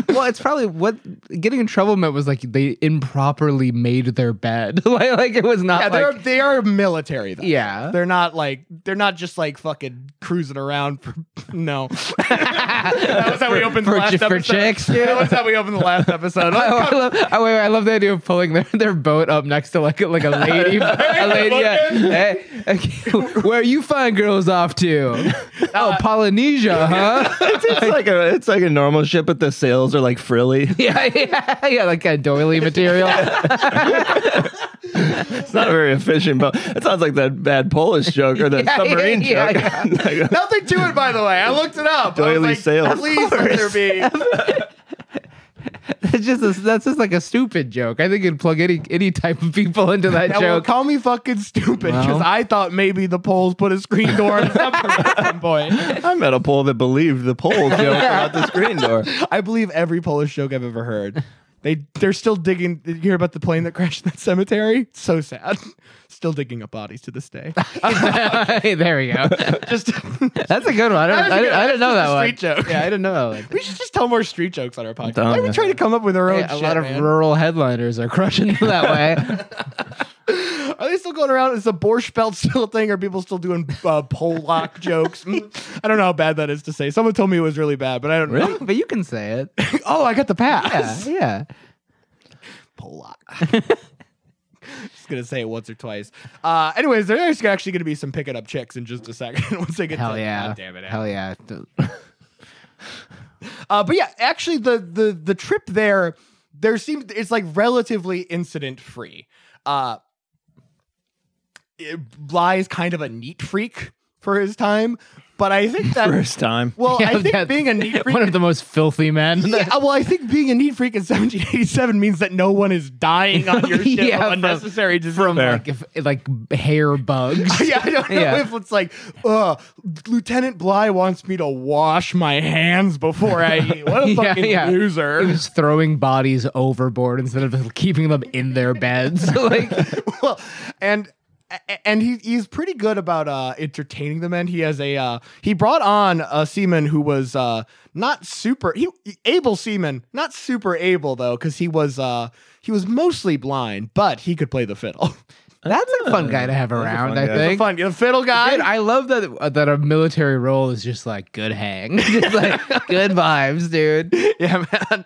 well, it's probably what getting in trouble meant was like they improperly made their bed. like, like it was not. Yeah, like, they're they are military though. Yeah. they're not like they're not just like fucking cruising around for no. that was how we opened for- the last for episode. chicks? Yeah, that was how we opened the last episode. Oh, I love, I, wait, wait, I love the idea of pulling their, their boat up next to like a- like a lady, a lady. yeah. Hey, okay, where you find girls off to? Oh, Polynesia, huh? It's, it's like a it's like a normal ship, but the sails are like frilly. yeah, yeah, yeah, like a doily material. It's not a very efficient boat. It sounds like that bad Polish joke or that Yeah, yeah, submarine yeah, joke. Like, Nothing to it, by the way. I looked it up. I was Doily like, sails. Please let there be. That's just a, that's just like a stupid joke. I think you'd plug any any type of people into that Now, well, joke. call me fucking stupid because Well. I thought maybe the Poles put a screen door on the submarine at some point. I met a pole that believed the pole joke about the screen door. I believe every Polish joke I've ever heard. They they're still digging. Did you hear about the plane that crashed in that cemetery? So sad. Still digging up bodies to this day. hey, there we go. just That's a good one. I don't, I, didn't- I didn't know that one. Street joke. Yeah, I didn't know that one. We should just tell more street jokes on our podcast. Done. Why are we trying to come up with our own Yeah, a shit, lot of man? rural headliners are crushing it that way. Are they still going around? Is the Borscht Belt still a thing? Are people still doing uh, Polak jokes? Mm, I don't know how bad that is to say. Someone told me it was really bad, but I don't know. but you can say it. oh, I got the Yeah, pass. yeah. Polak. just gonna say it once or twice. Uh, anyways, there's actually gonna be some picking up chicks in just a second once they get Hell to yeah. God damn it. eh? Hell yeah. Uh, but yeah, actually, the the the trip there, there seems it's like relatively incident free. Uh, it- Bly is kind of a neat freak for his time. But I think that First time. well, Yeah, I think that- being a neat freak one of the most filthy men. Yeah, well, I think being a neat freak in 1787 means that no one is dying on your ship Yeah, of from- unnecessary from, Fair. Like, if, like hair bugs. yeah, I don't know Yeah. if it's like, uh, Lieutenant Bly wants me to wash my hands before I eat. What a Yeah, fucking yeah. loser. Just throwing bodies overboard instead of keeping them in their beds. like, well, and a- and he, he's pretty good about uh, entertaining the men. He has a uh, he brought on a seaman who was uh, not super he able seaman, not super able though, because he was uh, he was mostly blind, but he could play the fiddle. that's a fun guy to have around. fun I guy. think. Fun, the fiddle guy. Dude, I love that uh, that a military role is just like good hang, just like good vibes, dude. yeah, man.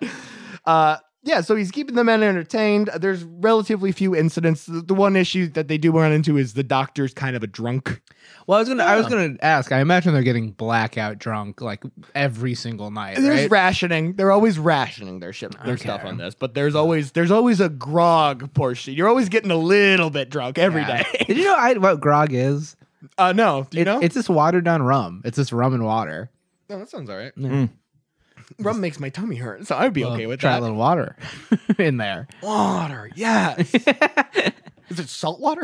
Uh, yeah, so he's keeping the men entertained. There's relatively few incidents. The the one issue that they do run into is the doctor's kind of a drunk. Well, I was gonna I was gonna ask. I imagine they're getting blackout drunk like every single night. There's right? rationing. They're always rationing their ship, their Okay. stuff on this. But there's always there's always a grog portion. You're always getting a little bit drunk every Yeah. day. Did you know I, what grog is? Uh, no, do you It- know? It's this watered down rum. It's this rum and water. no, that sounds all right. Mm. Rum makes my tummy hurt, so I'd be okay Well, with try that. a little water in there. Water, yes. is it salt water?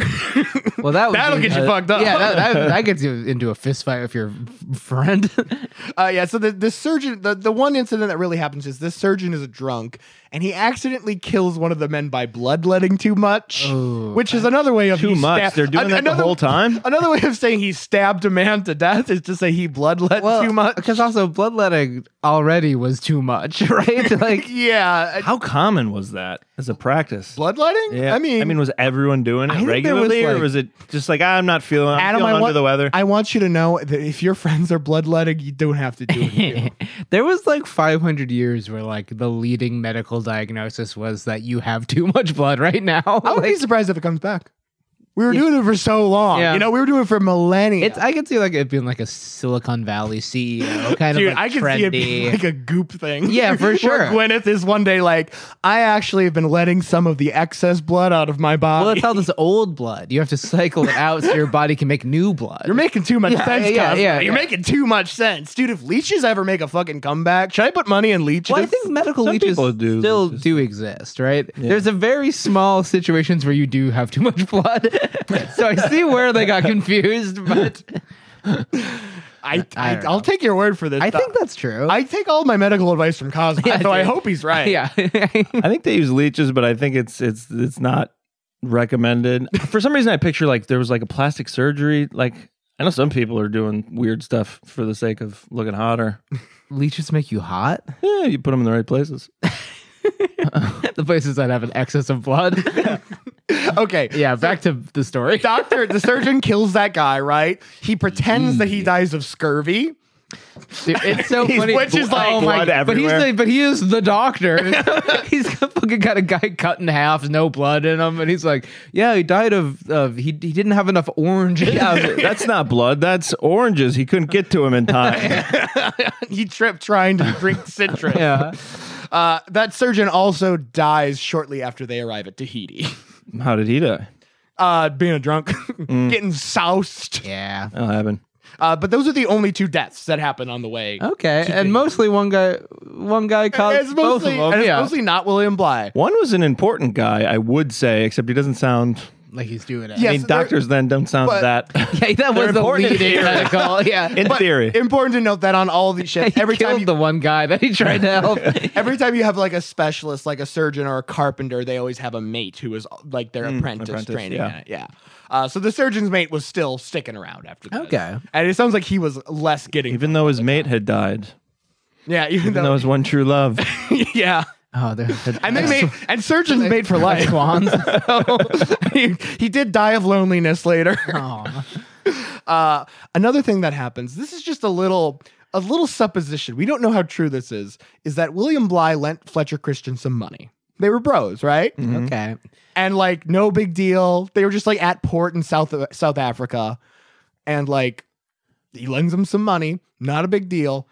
Well, that would That'll be- get you fucked up. Yeah, that, that, that gets you into a fist fight with your f- friend. Uh, yeah, so the, the surgeon, the, the one incident that really happens is this surgeon is a drunk and he accidentally kills one of the men by bloodletting too much, Ooh. which is another way of Too he much. stab- They're doing an- that the another- whole time? Another way of saying he stabbed a man to death is to say he bloodlet too much. because also bloodletting already was too much, right? Like, yeah, uh, How common was that as a practice? bloodletting. I mean, I mean, was everyone doing I it think there was, regularly, or like- was it just like "Ah, I'm not feeling? I'm Adam, I feeling want, under the weather. I want you to know that if your friends are bloodletting, you don't have to do it. too. there was like 500 years where like the leading medical diagnosis was that you have too much blood right now. I would be Like, surprised if it comes back. We were doing it for so long. Yeah. You know, we were doing it for millennia. it's I could see like it being like a Silicon Valley CEO kind Dude, of I like, could trendy. see it being like a goop thing. Yeah, for Where sure. Gwyneth is one day like, I actually have been letting some of the excess blood out of my body. well, it's all this old blood. You have to cycle it out so your body can make new blood. You're making too much Yeah, sense, yeah, Cosmo. yeah, You're yeah. making too much sense. Dude, if leeches ever make a fucking comeback, should I put money in leeches? Well, I think medical Some leeches people do still leeches. do exist, right? There's a very small situations where you do have too much blood. so I see where they got confused, but I, I I, don't will know. take your word for this. I though. think that's true. I take all my medical advice from Cosmo, Yeah, so I dude. hope he's right. yeah. I think they use leeches, but I think it's it's it's not recommended. For some reason, I picture like there was like a plastic surgery. Like I know some people are doing weird stuff for the sake of looking hotter. leeches make you hot? Yeah, you put them in the right places. the places that have an excess of blood. Okay. yeah, back to the story. Doctor, the surgeon kills that guy, right? He pretends that he dies of scurvy. Dude, it's so He's- funny. which is like- Blood but he's everywhere. the, but he is the doctor. he's got- fucking got a guy cut in half, no blood in him, and he's like, "Yeah, he died of of he he didn't have enough orange." Yeah, that's not blood. That's oranges. He couldn't get to them in time. He tripped trying to drink citrus. yeah. Uh, that surgeon also dies shortly after they arrive at Tahiti. How did he die? Uh, being a drunk, getting soused. Mm. Yeah. That'll happen. Uh, but those are the only two deaths that happen on the way. Okay. And mostly one guy one guy And caused it's mostly, both of and them. it's Yeah. mostly not William Bly. One was an important guy, I would say, except he doesn't sound. like he's doing it. Yeah. Yes, I mean, there- doctors then don't sound but- that. Yeah, that was the important in leading theory. medical. Yeah. In But theory, important to note that on all these ships, he every killed time you, the one guy that he tried to help. every time you have like a specialist, like a surgeon or a carpenter, they always have a mate who is like their apprentice, apprentice, training yeah. at it. Yeah. Uh, so the surgeon's mate was still sticking around after that. Okay. And it sounds like he was less getting. even though his mate had died, yeah. Even, even though though. his one true love. yeah. oh, they're And they made and surgeons made for life. swans. he, he did die of loneliness later. oh. Uh, another thing that happens. This is just a little a little supposition. We don't know how true this is. Is that William Bly lent Fletcher Christian some money? They were bros, right? Mm. Okay. And like no big deal. They were just like at port in South South Africa, and like he lends him some money. Not a big deal.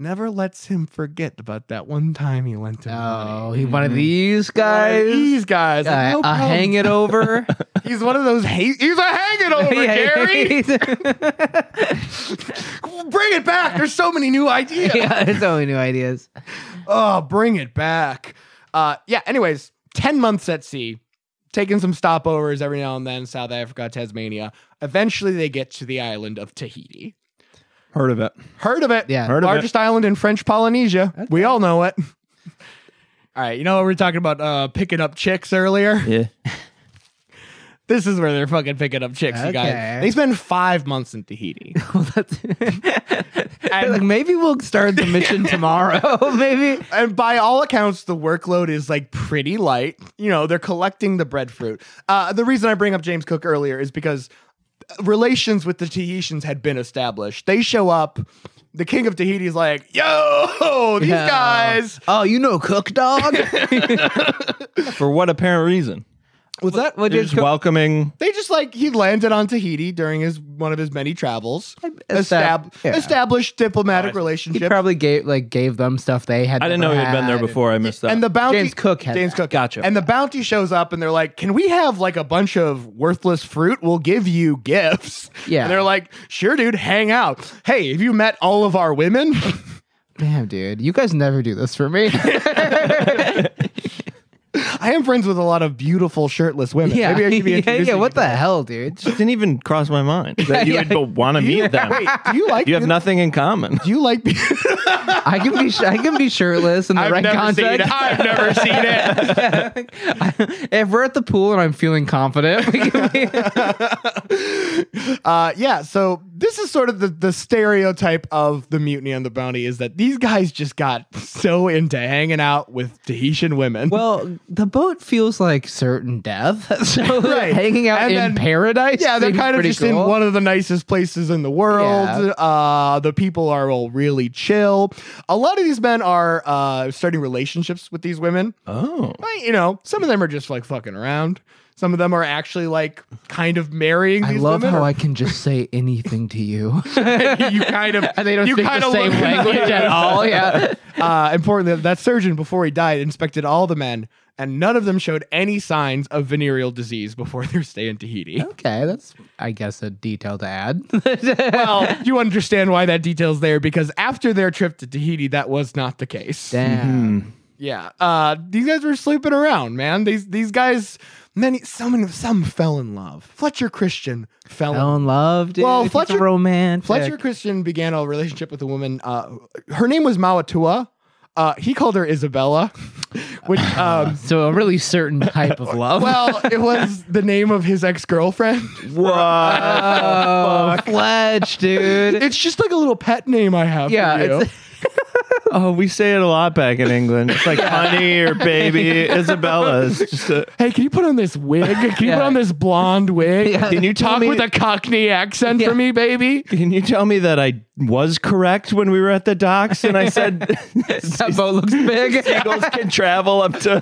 Never lets him forget about that one time he lent him money. Oh, he Mm-hmm. one of these guys. These guys, like, Uh, no a problem. hang it over. He's one of those hate. He's a hanging over, Gary. bring it back. There's so many new ideas. yeah, it's only new ideas. Oh, bring it back. Uh, yeah. Anyways, ten months at sea, taking some stopovers every now and then. South Africa, Tasmania. Eventually, they get to the island of Tahiti. Heard of it. Heard of it? Yeah. Heard of it. largest island in French Polynesia. we all know it. all right. You know what we were talking about uh, picking up chicks earlier. Yeah. This is where they're fucking picking up chicks, you Okay. guys. They spend five months in Tahiti. Well, that's They're like maybe we'll start the mission tomorrow. maybe and by all accounts, the workload is like pretty light. You know, they're collecting the breadfruit. Uh, the reason I bring up James Cook earlier is because relations with the Tahitians had been established. They show up. The king of Tahiti is like, yo, these Yeah. guys. Oh, you know Cook Dog? For what apparent reason? What's that? What They're did just Cook? welcoming. They just like he landed on Tahiti during his one of his many travels. Estab- Estab- yeah. Established diplomatic He relationship. probably gave like gave them stuff they had. I didn't know never he had been there had. before. I missed that. and the bounty James Cook had James that. Cook Gotcha. and the bounty shows up and they're like can we have like a bunch of worthless fruit we'll give you gifts Yeah. and they're like sure dude hang out hey have you met all of our women Damn, dude, you guys never do this for me. I am friends with a lot of beautiful shirtless women maybe I should be yeah, yeah. introducing What the hell, dude? It didn't even cross my mind that you would want to meet them. you. wait do you like You have beau- nothing in common. do you like be- I can be sh- I can be shirtless in the I've right never seen it context. I've never seen it if we're at the pool and I'm feeling confident, we can be- uh, yeah so this is sort of the the stereotype of the mutiny on the bounty is that these guys just got so into hanging out with Tahitian women well, the boat feels like certain death. So Right. hanging out And in then- paradise. Yeah, they're seems kind of pretty just cool. in one of the nicest places in the world. Yeah. Uh, the people are all really chill. A lot of these men are uh, starting relationships with these women. Oh. Like, you know, some of them are just like fucking around. Some of them are actually like kind of marrying. I these love women how or- I can just say anything to you. you kind of and they don't you speak kind the of same look- language at all. Yeah. Uh, importantly, that surgeon before he died inspected all the men, and none of them showed any signs of venereal disease before their stay in Tahiti. Okay, that's I guess a detail to add. well, you understand why that detail's there because after their trip to Tahiti, that was not the case. Damn. Yeah, uh, these guys were sleeping around, man. These these guys, many some some fell in love. Fletcher Christian fell in Fell love. in love, dude. Well, He's Fletcher- romantic. Fletcher Christian began a relationship with a woman. Uh, her name was Mawatua. Uh, he called her Isabella, which um, So a really certain type of love. well, it was the name of his ex girlfriend. What? oh, Fletch, dude. It's just like a little pet name I have. yeah, for you. it's, oh, we say it a lot back in England. It's like honey or baby. Isabella is just a. hey, can you put on this wig? Can you put Yeah. on this blonde wig? Yeah. Can you tell Talk me? with a Cockney accent Yeah. for me, baby. can you tell me that I was correct when we were at the docks and I said that boat looks big. seagulls can travel up to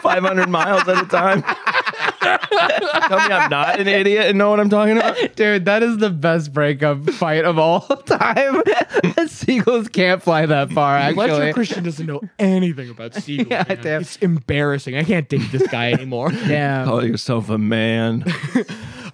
500 miles at a time? tell me I'm not an idiot and know what I'm talking about. Dude, that is the best breakup fight of all time. Seagulls can't fly that far, Fletcher actually. Christian doesn't know anything about seagulls. Yeah, man. damn. It's embarrassing. I can't date this guy anymore. Damn. Call yourself a man.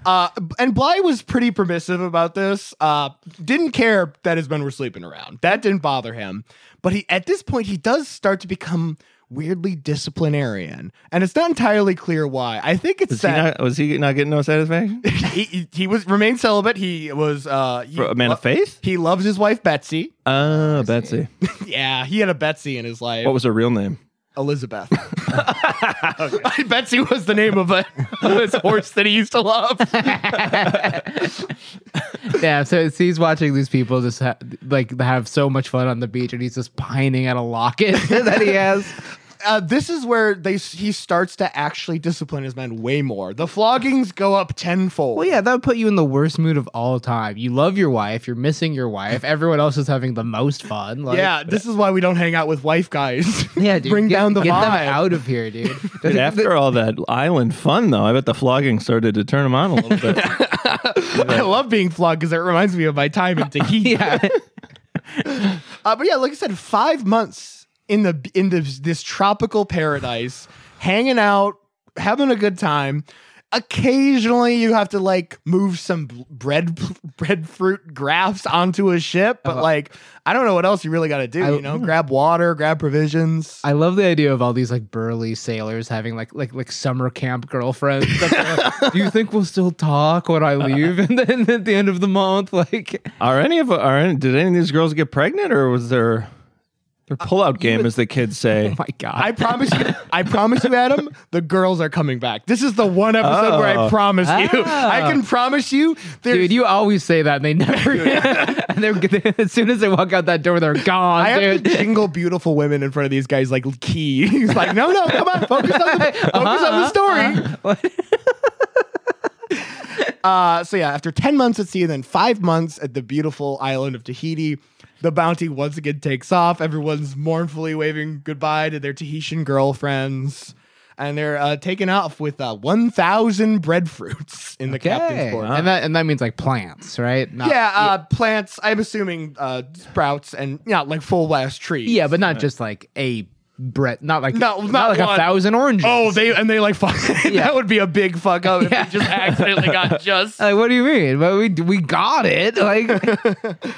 Uh, and Bly was pretty permissive about this. Uh, didn't care that his men were sleeping around. That didn't bother him. But he, at this point, he does start to become weirdly disciplinarian, and it's not entirely clear why. I think it's Was he, that not, was he not getting no satisfaction? he, he he was remained celibate. He was uh, he, A man of faith? He loves his wife Betsy. Oh, Betsy. yeah, he had a Betsy in his life. What was her real name? Elizabeth. Betsy was the name of, a, of his horse that he used to love. Yeah, so it's- he's watching these people just ha- like have so much fun on the beach and he's just pining at a locket that he has. Uh, this is where they s- he starts to actually discipline his men way more. The floggings go up tenfold. Well, yeah, that would put you in the worst mood of all time. You love your wife, you're missing your wife, everyone else is having the most fun. Like, yeah. This is why we don't hang out with wife guys. yeah, dude, Bring get- down the get them vibe. out of here, dude. Dude, after all that island fun, though, I bet the flogging started to turn him on a little bit. I love being flogged because it reminds me of my time in Tahiti. yeah, Uh, but yeah, like I said, five months in the in the, this tropical paradise, hanging out, having a good time, Occasionally, you have to like move some b- bread breadfruit grafts onto a ship, but Uh, like I don't know what else you really got to do. I- you know, grab water, grab provisions. I love the idea of all these like burly sailors having like like like summer camp girlfriends. Like, they're like, Do you think we'll still talk when I leave? And then at the end of the month, like Are any of are any, did any of these girls get pregnant, or was there their pullout game, as the kids say? Oh my god, I promise you, I promise you, Adam, the girls are coming back. This is the one episode where I Oh. promise you. Ah. I can promise you. there's- dude, you always say that, and they never. and they're as soon as they walk out that door, they're gone, I have dude. to jingle beautiful women in front of these guys like key. He's like, no, no, come on, focus on the, focus on the story. Uh, so yeah, after ten months at sea and then five months at the beautiful island of Tahiti, the bounty once again takes off. Everyone's mournfully waving goodbye to their Tahitian girlfriends, and they're uh, taken off with uh, one thousand breadfruits in the captain's Okay, board. and that and that means like plants, right? Not- Yeah, uh, plants. I'm assuming uh, sprouts and yeah, like full last trees. yeah, but not just like a bread, not like No, not, not like one. a thousand oranges. Oh, they and they like fuck. Yeah. that would be a big fuck up if Yeah. they just accidentally got just. like what do you mean? But we we got it, like.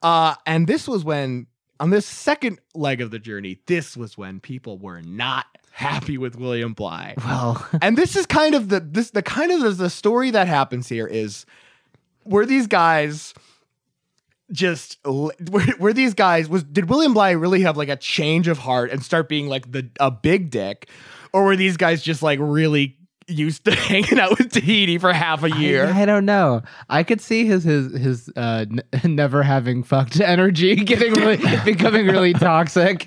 Uh, and this was when on this second leg of the journey, this was when people were not happy with William Bly. Well, and this is kind of the this the kind of the, the story that happens here is were these guys just l- were, were these guys was did William Bly really have like a change of heart and start being like the a big dick or were these guys just like really used to hanging out with Tahiti for half a year I, I don't know. I could see his his his uh, n- never having fucked energy getting really becoming really toxic.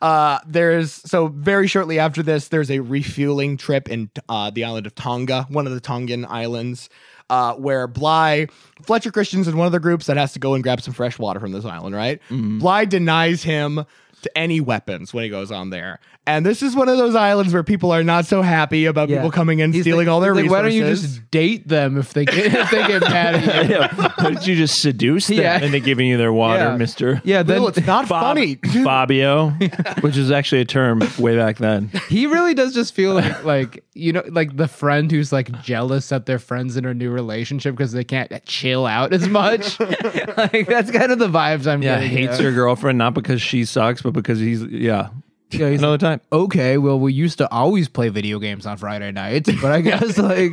uh there's so very shortly after this there's a refueling trip in uh the island of Tonga one of the Tongan islands uh where Bly Fletcher Christians is one of the groups that has to go and grab some fresh water from this island right Mm-hmm. Bly denies him to any weapons when he goes on there and this is one of those islands where people are not so happy about people coming in He's stealing like- all their he's like, resources Why don't you just date them if they get if they get mad at you? Yeah. Why did you just seduce them Yeah. into giving you their water, Yeah. Mister? Yeah, then Bill, it's not Bob- funny Bobbio, which is actually a term way back then. he really does just feel like like you know like the friend who's like jealous that their friends in a new relationship because they can't chill out as much. like that's kind of the vibes I'm Yeah, getting. hates here. your girlfriend not because she sucks, but because he's yeah. Yeah, he's like, Another time. okay, well, we used to always play video games on Friday nights, but I guess like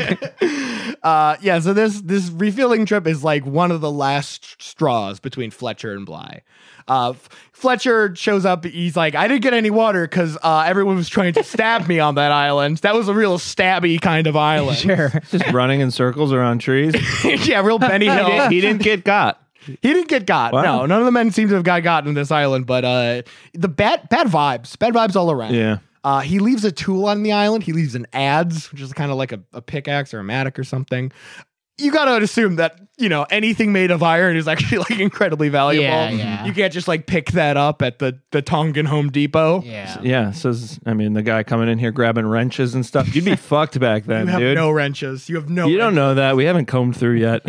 uh, yeah, so this this refueling trip is like one of the last st- straws between Fletcher and Bly. Uh, F- Fletcher shows up. He's like, I didn't get any water because uh, everyone was trying to stab me on that island. That was a real stabby kind of island. sure. Just running in circles around trees. yeah, real Benny He, Hill. didn't- he didn't get got. He didn't get got. Wow. No, none of the men seem to have got gotten on this island. But uh, the bad bad vibes, bad vibes all around. Yeah. Uh, he leaves a tool on the island. He leaves an ads, which is kind of like a, a pickaxe or a mattock or something. You gotta assume that you know anything made of iron is actually like incredibly valuable. Yeah, yeah. You can't just like pick that up at the the Tongan Home Depot. Yeah. Yeah. So s- I mean, the guy coming in here grabbing wrenches and stuff. You'd be fucked back You then, have dude. no wrenches. You have no. you don't know that. We haven't combed through yet.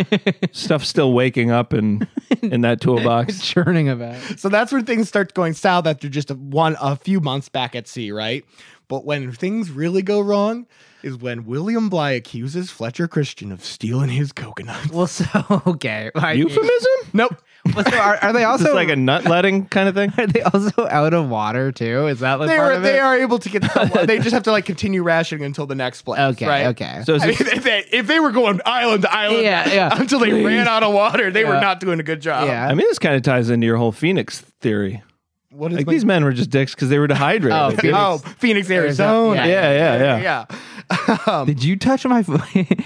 Stuff's still waking up in in that toolbox. churning about. So that's where things start going south after just a, one a few months back at sea, right? But when things really go wrong is when William Bly accuses Fletcher Christian of stealing his coconuts. Well, so okay, like, Euphemism? Nope. well, so are, are they Is this also like a nut letting kind of thing? are they also out of water too? Is that like they part are of they it? are able to get some, they just have to like continue rationing until the next place. okay, right? okay. So is I mean, this, if they, if they were going island to island Yeah, yeah. until they ran out of water, they were Yeah. not doing a good job. yeah. I mean, this kind of ties into your whole Phoenix theory. What is Like my- these men were just dicks because they were dehydrated. Oh, yeah, Phoenix- Oh, Phoenix, Arizona. Arizona, yeah, yeah. Yeah. Did you touch my?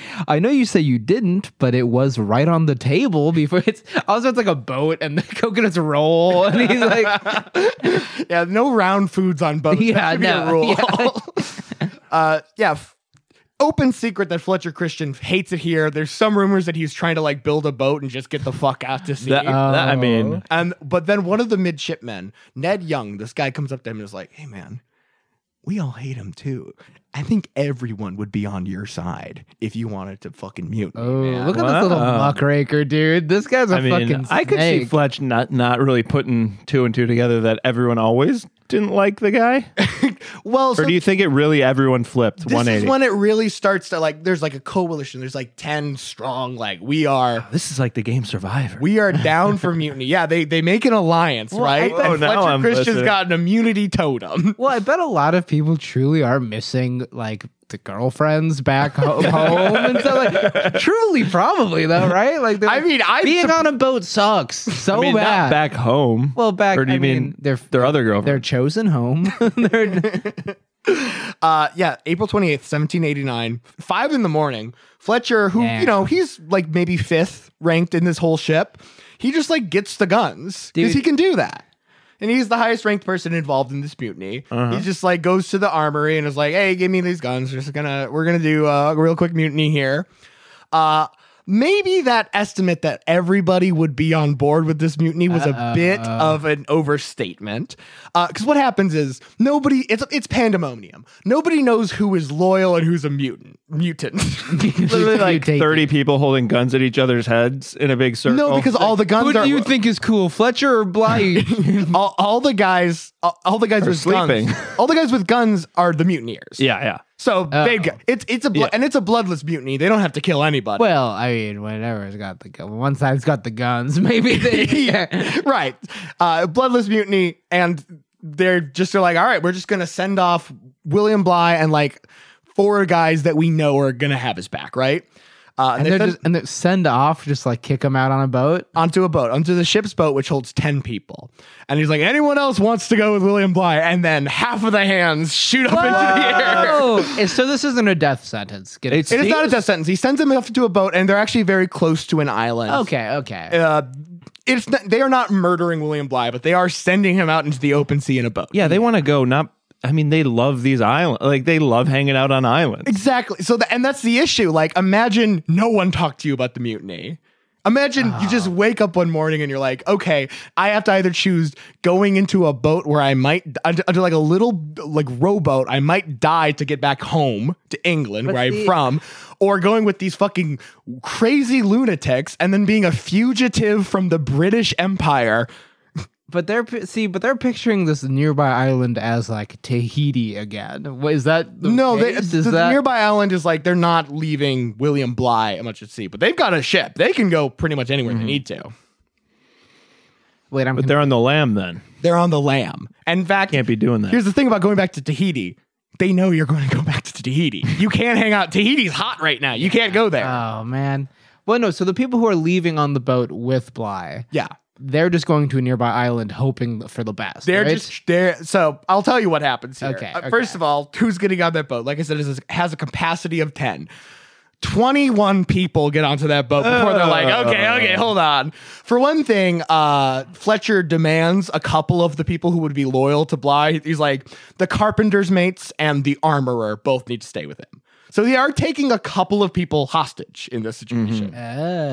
I know you say you didn't, but it was right on the table before. It's also it's like a boat, and the coconuts roll, and he's like, Yeah, no round foods on boats. Yeah, Yeah, that should be no, a rule. uh, yeah. f- open secret that Fletcher Christian hates it here. There's some rumors that he's trying to like build a boat and just get the fuck out to sea. That- uh, that- I mean, And but then one of the midshipmen, Ned Young, this guy comes up to him and is like, "Hey man, we all hate him too. I think everyone would be on your side if you wanted to fucking mutiny." "Oh, man." look at this little Wow. muckraker, dude! This guy's a I mean, fucking." I could see snake." Fletch not not really putting two and two together that everyone always didn't like the guy. well, Or do you think it really everyone flipped this is 180? when it really starts to like. There's like a coalition. There's like ten strong. Like we are. this is like the game Survivor. We are down for mutiny. Yeah, they they make an alliance, right? bet- Oh, And now Fletcher I'm Christian's listening. got an immunity totem. Well, I bet a lot of people truly are missing like the girlfriends back ho- home and stuff. Like, truly, probably though, right? Like, they're I like, mean, I'm being sur- on a boat sucks so I mean, bad. not back home. well, back. or do you I mean, mean their their other their girlfriend? chosen home? They're- Uh, yeah, April 28th, 1789, five in the morning. Fletcher, who, Yeah. you know, he's like maybe fifth ranked in this whole ship, he just like gets the guns because Dude. he can do that. And he's the highest ranked person involved in this mutiny. He just like goes to the armory and is like, hey, give me these guns. We're just gonna, we're gonna do uh, a real quick mutiny here. Uh, Maybe that estimate that everybody would be on board with this mutiny was a bit of an overstatement. Because what happens is nobody, it's, it's pandemonium. Nobody knows who is loyal and who's a mutant. Mutant. you Literally like take it. 30 people holding guns at each other's heads in a big circle. no, because all the guns Who do are. you think is cool, Fletcher or Bly? all, all the guys, all, all the guys with sleeping. guns, all the guys with guns are the mutineers. Yeah, yeah. So they've got, it's it's a blo- Yeah. and it's a bloodless mutiny. They don't have to kill anybody. well, I mean, whatever's got the gun. One side's got the guns. Maybe they. yeah. right. Uh, bloodless mutiny, and they're just they're like, all right, we're just gonna send off William Bly and like four guys that we know are gonna have his back, right? Uh, and, And they they're send just and they send off, just like kick them out on a boat. onto a boat, onto the ship's boat, which holds ten people. And he's like, anyone else wants to go with William Bly? And then half of the hands shoot up into the air. Oh, and so this isn't a death sentence. Get it? It's- It is not a death sentence. He sends them off to a boat, and they're actually very close to an island. okay, okay. Uh, it's not, they are not murdering William Bly, but they are sending him out into the open sea in a boat. Yeah, they want to go. Not, I mean, they love these islands. Like, they love hanging out on islands. Exactly. So, the, and that's the issue. Like, imagine no one talked to you about the mutiny. Imagine you just wake up one morning and you're like, okay, I have to either choose going into a boat where I might, under, under like a little like rowboat, I might die to get back home to England where I'm see- from, or going with these fucking crazy lunatics and then being a fugitive from the British Empire. But they're pi- see, but they're picturing this nearby island as like Tahiti again. What is that? the No, they, case? the, is the that nearby island is like they're not leaving William Bly much at sea, but they've got a ship. They can go pretty much anywhere Mm-hmm. they need to. wait? I'm But they're on the lamb then. They're on the lam. And in fact, Can't be doing that. here's the thing about going back to Tahiti. They know you're going to go back to Tahiti. You can't hang out. Tahiti's hot right now. You can't go there. Uh, oh man. Well, no. So the people who are leaving on the boat with Bly, yeah. they're just going to a nearby island, hoping for the best. They're right? just they're so I'll tell you what happens here. Okay, Uh, okay. First of all, who's getting on that boat? Like I said, it has a capacity of 10. 21 people get onto that boat before they're Uh. like, okay, okay, hold on. For one thing, uh, Fletcher demands a couple of the people who would be loyal to Bly. He's like, the carpenter's mates and the armorer both need to stay with him. So they are taking a couple of people hostage in this situation. Ah.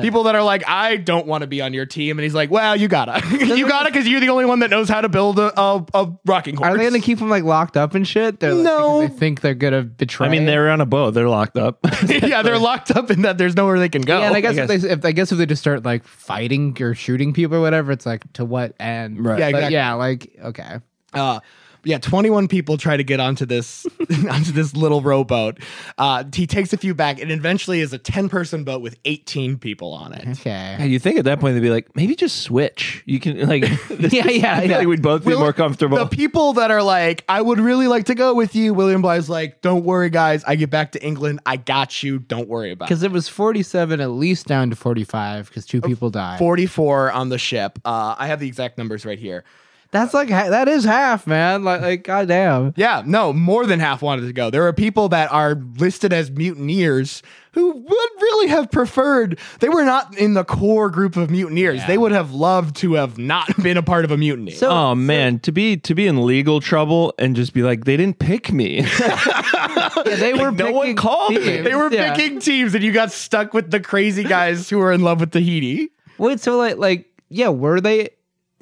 People that are like, I don't want to be on your team. And he's like, well, you gotta. you gotta because you're the only one that knows how to build a, a, a rocking horse. are they going to keep them like locked up and shit? They're, like, No. because they think they're going to betray. I mean, they're on a boat. They're locked up. yeah, they're locked up in that there's nowhere they can go. Yeah, and I guess, I If they, if, I guess if they just start like fighting or shooting people or whatever, it's like to what end? Right. Yeah, But exactly. yeah, like okay. Uh, yeah, 21 people try to get onto this onto this little rowboat. Uh, he takes a few back, and eventually is a 10 person boat with 18 people on Mm-hmm. it. Yeah, Okay. you think at that point they'd be like, maybe just switch. You can like, this Yeah, is- yeah, I feel yeah. like we'd both be Will- more comfortable. The people that are like, I would really like to go with you. William Bly's like, don't worry, guys. I get back to England. I got you. Don't worry about it. Because it was 47 at least down to 45 because two people died. 44 on the ship. Uh, I have the exact numbers right here. That's like, ha- that is half, man. Like, like goddamn. Yeah, no, more than half wanted to go. There are people that are listed as mutineers who would really have preferred. They were not in the core group of mutineers. They would have loved to have not been a part of a mutiny. So, oh man, to be to be in legal trouble and just be like, they didn't pick me. yeah, they were no one picking called me. teams. they were Yeah. picking teams, and you got stuck with the crazy guys who were in love with Tahiti. Wait, so like, like, yeah, were they?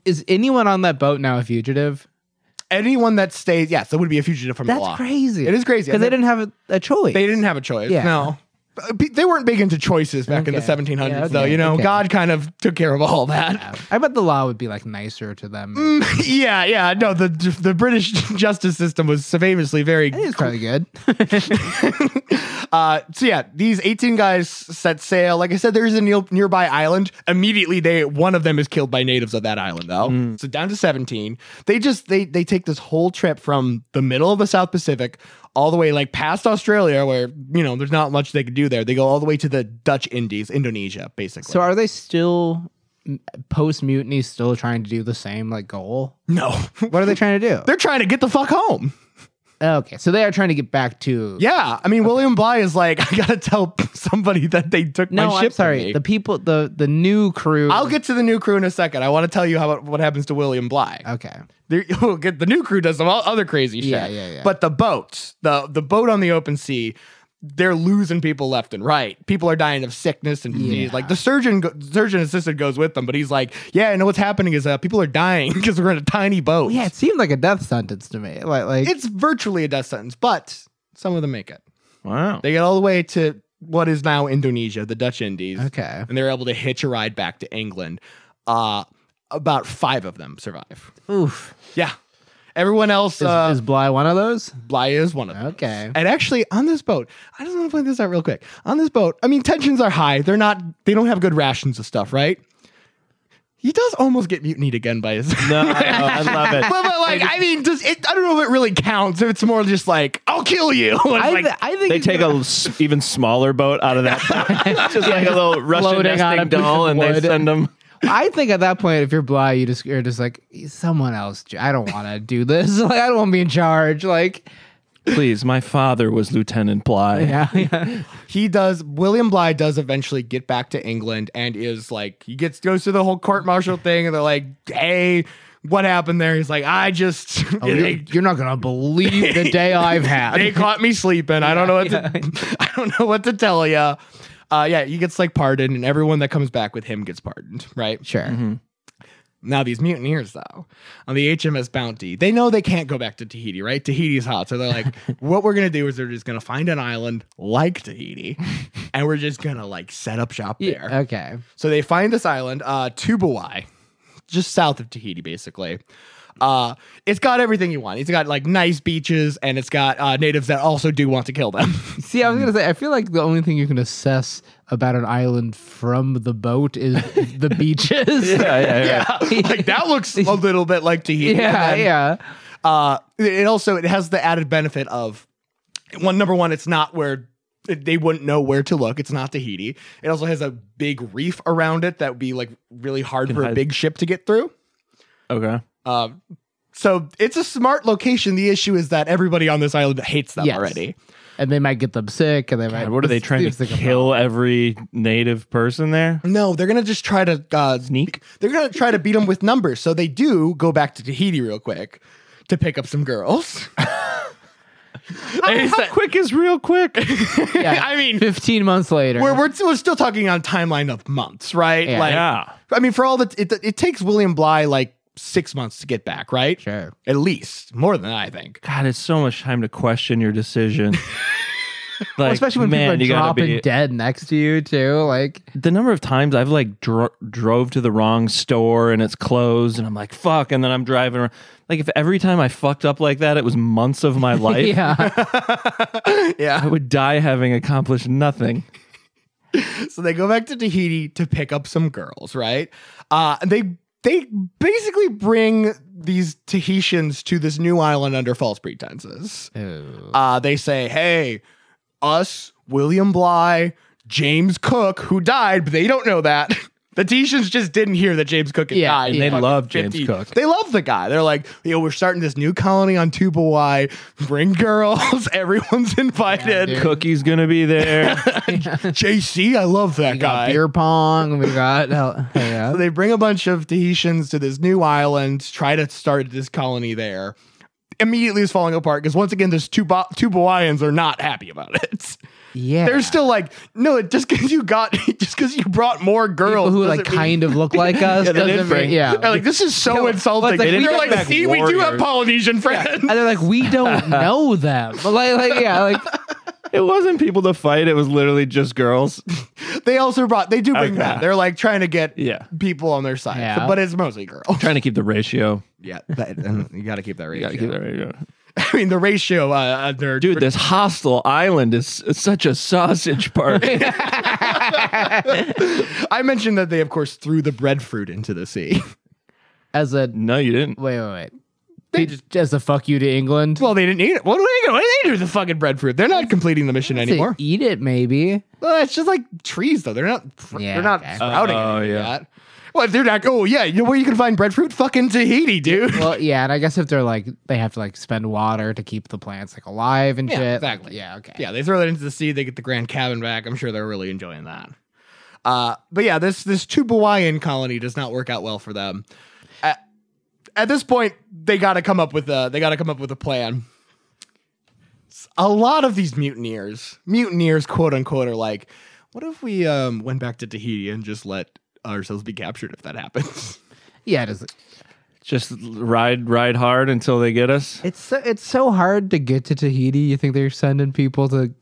Is anyone on that boat now a fugitive? Anyone that stays, yes, that would be a fugitive from the That's law. crazy. It is crazy. Because they didn't have a, a choice. They didn't have a choice. Yeah. No. be- they weren't big into choices back in the Okay. 1700s, Yeah, though. okay, You know, okay. God kind of took care of all that. I bet the law would be like nicer to them. yeah, yeah. No, the the British justice system was famously very. I think it's probably good. Uh, so yeah, these 18 guys set sail. Like I said, there is a near- nearby island. Immediately, they one of them is killed by natives of that island, though. Mm. So down to 17. They just they they take this whole trip from the middle of the South Pacific all the way like past Australia, where you know there's not much they could do there. They go all the way to the Dutch Indies, Indonesia, basically. So are they still post mutiny still trying to do the same like goal? no, What are they trying to do? they're trying to get the fuck home. okay, so they are trying to get back to Yeah, I mean William Bly is like, I gotta tell somebody that they took No, my ship. I'm from sorry. me." The people, the the new crew. I'll get to the new crew in a second. I want to tell you how what happens to William Bly. okay. There- we'll get- the new crew does some o- other crazy shit. Uh, Yeah, yeah, yeah. But the boat, the the boat on the open sea, they're losing people left and right. People are dying of sickness and disease. Yeah. Like the surgeon, go- surgeon assistant goes with them, but he's like, "Yeah, I know what's happening is uh, people are dying because we're in a tiny boat. Yeah, it seemed like a death sentence to me. Like, like it's virtually a death sentence, but some of them make it. Wow. They get all the way to what is now Indonesia, the Dutch Indies. okay. and they're able to hitch a ride back to England. Uh, about five of them survive. Oof. Yeah. Everyone else, Is, uh, is Bly one of those? Bly is one of them. Okay. And actually, on this boat, I just want to point this out real quick. On this boat, I mean, tensions are high. They're not, they don't have good rations of stuff, right? He does almost get mutinied again by his. No, I, I love it. But, but, like, I mean, does it, I don't know if it really counts. If it's more just like, I'll kill you. It's I, like, th- I think They he's take a gonna- l- s- even smaller boat out of that. It's just like a little Russian Floating on a nesting piece of doll, and they wood. send them. I think at that point, if you're Bly, you just you're just like someone else. j- I don't want to do this. Like I don't want to be in charge. Like Please, my father was Lieutenant Bly. yeah, yeah. he does William Bly does eventually get back to England and is like he gets goes through the whole court martial thing and they're like, hey, what happened there? He's like, I just oh, you're, they, you're not gonna believe the day I've they had. caught me sleeping. I don't know what to I don't know what to tell you. Uh, yeah, he gets like pardoned, and everyone that comes back with him gets pardoned, right? Sure. Now these mutineers, though, on the HMS Bounty, they know they can't go back to Tahiti, right? Tahiti's hot, so they're like, "What we're gonna do is they're just gonna find an island like Tahiti, and we're just gonna like set up shop there." Yeah. Okay. So they find this island, uh, Tubuai, just south of Tahiti, basically. Uh, it's got everything you want. It's got like nice beaches, and it's got uh, natives that also do want to kill them. See, I was gonna say, I feel like the only thing you can assess about an island from the boat is the beaches. Yeah, yeah, yeah. like that looks a little bit like Tahiti. yeah, And then, yeah. Uh, it also it has the added benefit of one number one, it's not where they wouldn't know where to look. It's not Tahiti. It also has a big reef around it that would be like really hard for a hide. big ship to get through. Okay. Um, so it's a smart location. The issue is that everybody on this island hates them Yes. already. And they might get them sick, and they might. God, what are they it's- trying it's to like a- kill every native person there? No, they're gonna just try to uh, Sneak? They're gonna try to beat them with numbers. So they do go back to Tahiti real quick to pick up some girls. How quick is real quick? Yeah. I mean, Fifteen months later, we're, we're, we're still talking on timeline of months, right? Yeah. Like, yeah. I mean, for all that, it, it takes William Bly like six months to get back, right? sure. At least more than I think. God, it's so much time to question your decision. like, Especially when man, you people are gotta dropping be, dead next to you too. Like the number of times I've like dro- drove to the wrong store and it's closed, and I'm like, fuck, and then I'm driving around. Like, if every time I fucked up like that, it was months of my life, yeah. I would die having accomplished nothing. So they go back to Tahiti to pick up some girls, right? Uh, and they they basically bring these Tahitians to this new island under false pretenses. Uh, they say, "Hey, us, William Bly, James Cook, who died, but they don't know that." The Tahitians just didn't hear that James Cook had Yeah, died. and they Fucking love James Cook. They love the guy. They're like, yo, we're starting this new colony on Tubuai. Bring girls. Everyone's invited. dude. Cookie's gonna be there. JC, I love that We got guy. beer pong. We got hell, yeah. So they bring a bunch of Tahitians to this new island, try to start this colony there. Immediately is falling apart because once again, those two Bo- two Hawaiians are not happy about it. yeah. They're still like, no, it just because you got, just because you brought more people girls who like doesn't mean-" kind of look like us. Yeah, they doesn't did bring- mean- yeah. They're like, this is so Yeah, insulting. but like, They're we like, bring back see, we do have warriors." Polynesian friends. and they're like, we don't know them. But like, like yeah, like It wasn't people to fight. It was literally just girls. They also brought they do bring Okay. that. They're like trying to get Yeah. people on their side, Yeah. but it's mostly girls. Trying to keep the ratio. Yeah, that, and you got to keep that You ratio. gotta keep that ratio. I mean, the ratio. Uh, uh, they're Dude, this hostile island is s- such a sausage party. I mentioned that they, of course, threw the breadfruit into the sea. As a no, you didn't. wait, wait, wait. They just as a fuck you to England. well, they didn't eat it. What do they? What do they do with the fucking breadfruit? They're not completing the mission Say anymore. eat it, maybe. Well, it's just like trees, though. They're not. fr- Yeah, they're not okay. sprouting. Oh, anything yeah. yet. Well, if they're not. Oh yeah, you know where you can find breadfruit? Fucking Tahiti, dude. Well, yeah, and I guess if they're like they have to like spend water to keep the plants like alive and Yeah, shit. exactly. Yeah, okay. yeah, they throw that into the sea. They get the Grand Cabin back. I'm sure they're really enjoying that. Uh, but yeah, this this Tubuaian colony does not work out well for them. At, at this point, they got to come up with a they got to come up with a plan. S- A lot of these mutineers, mutineers, quote unquote, are like, "What if we um, went back to Tahiti and just let ourselves be captured if that happens?" Yeah, it is. Just ride, ride hard until they get us. It's so, it's so hard to get to Tahiti. You think they're sending people to?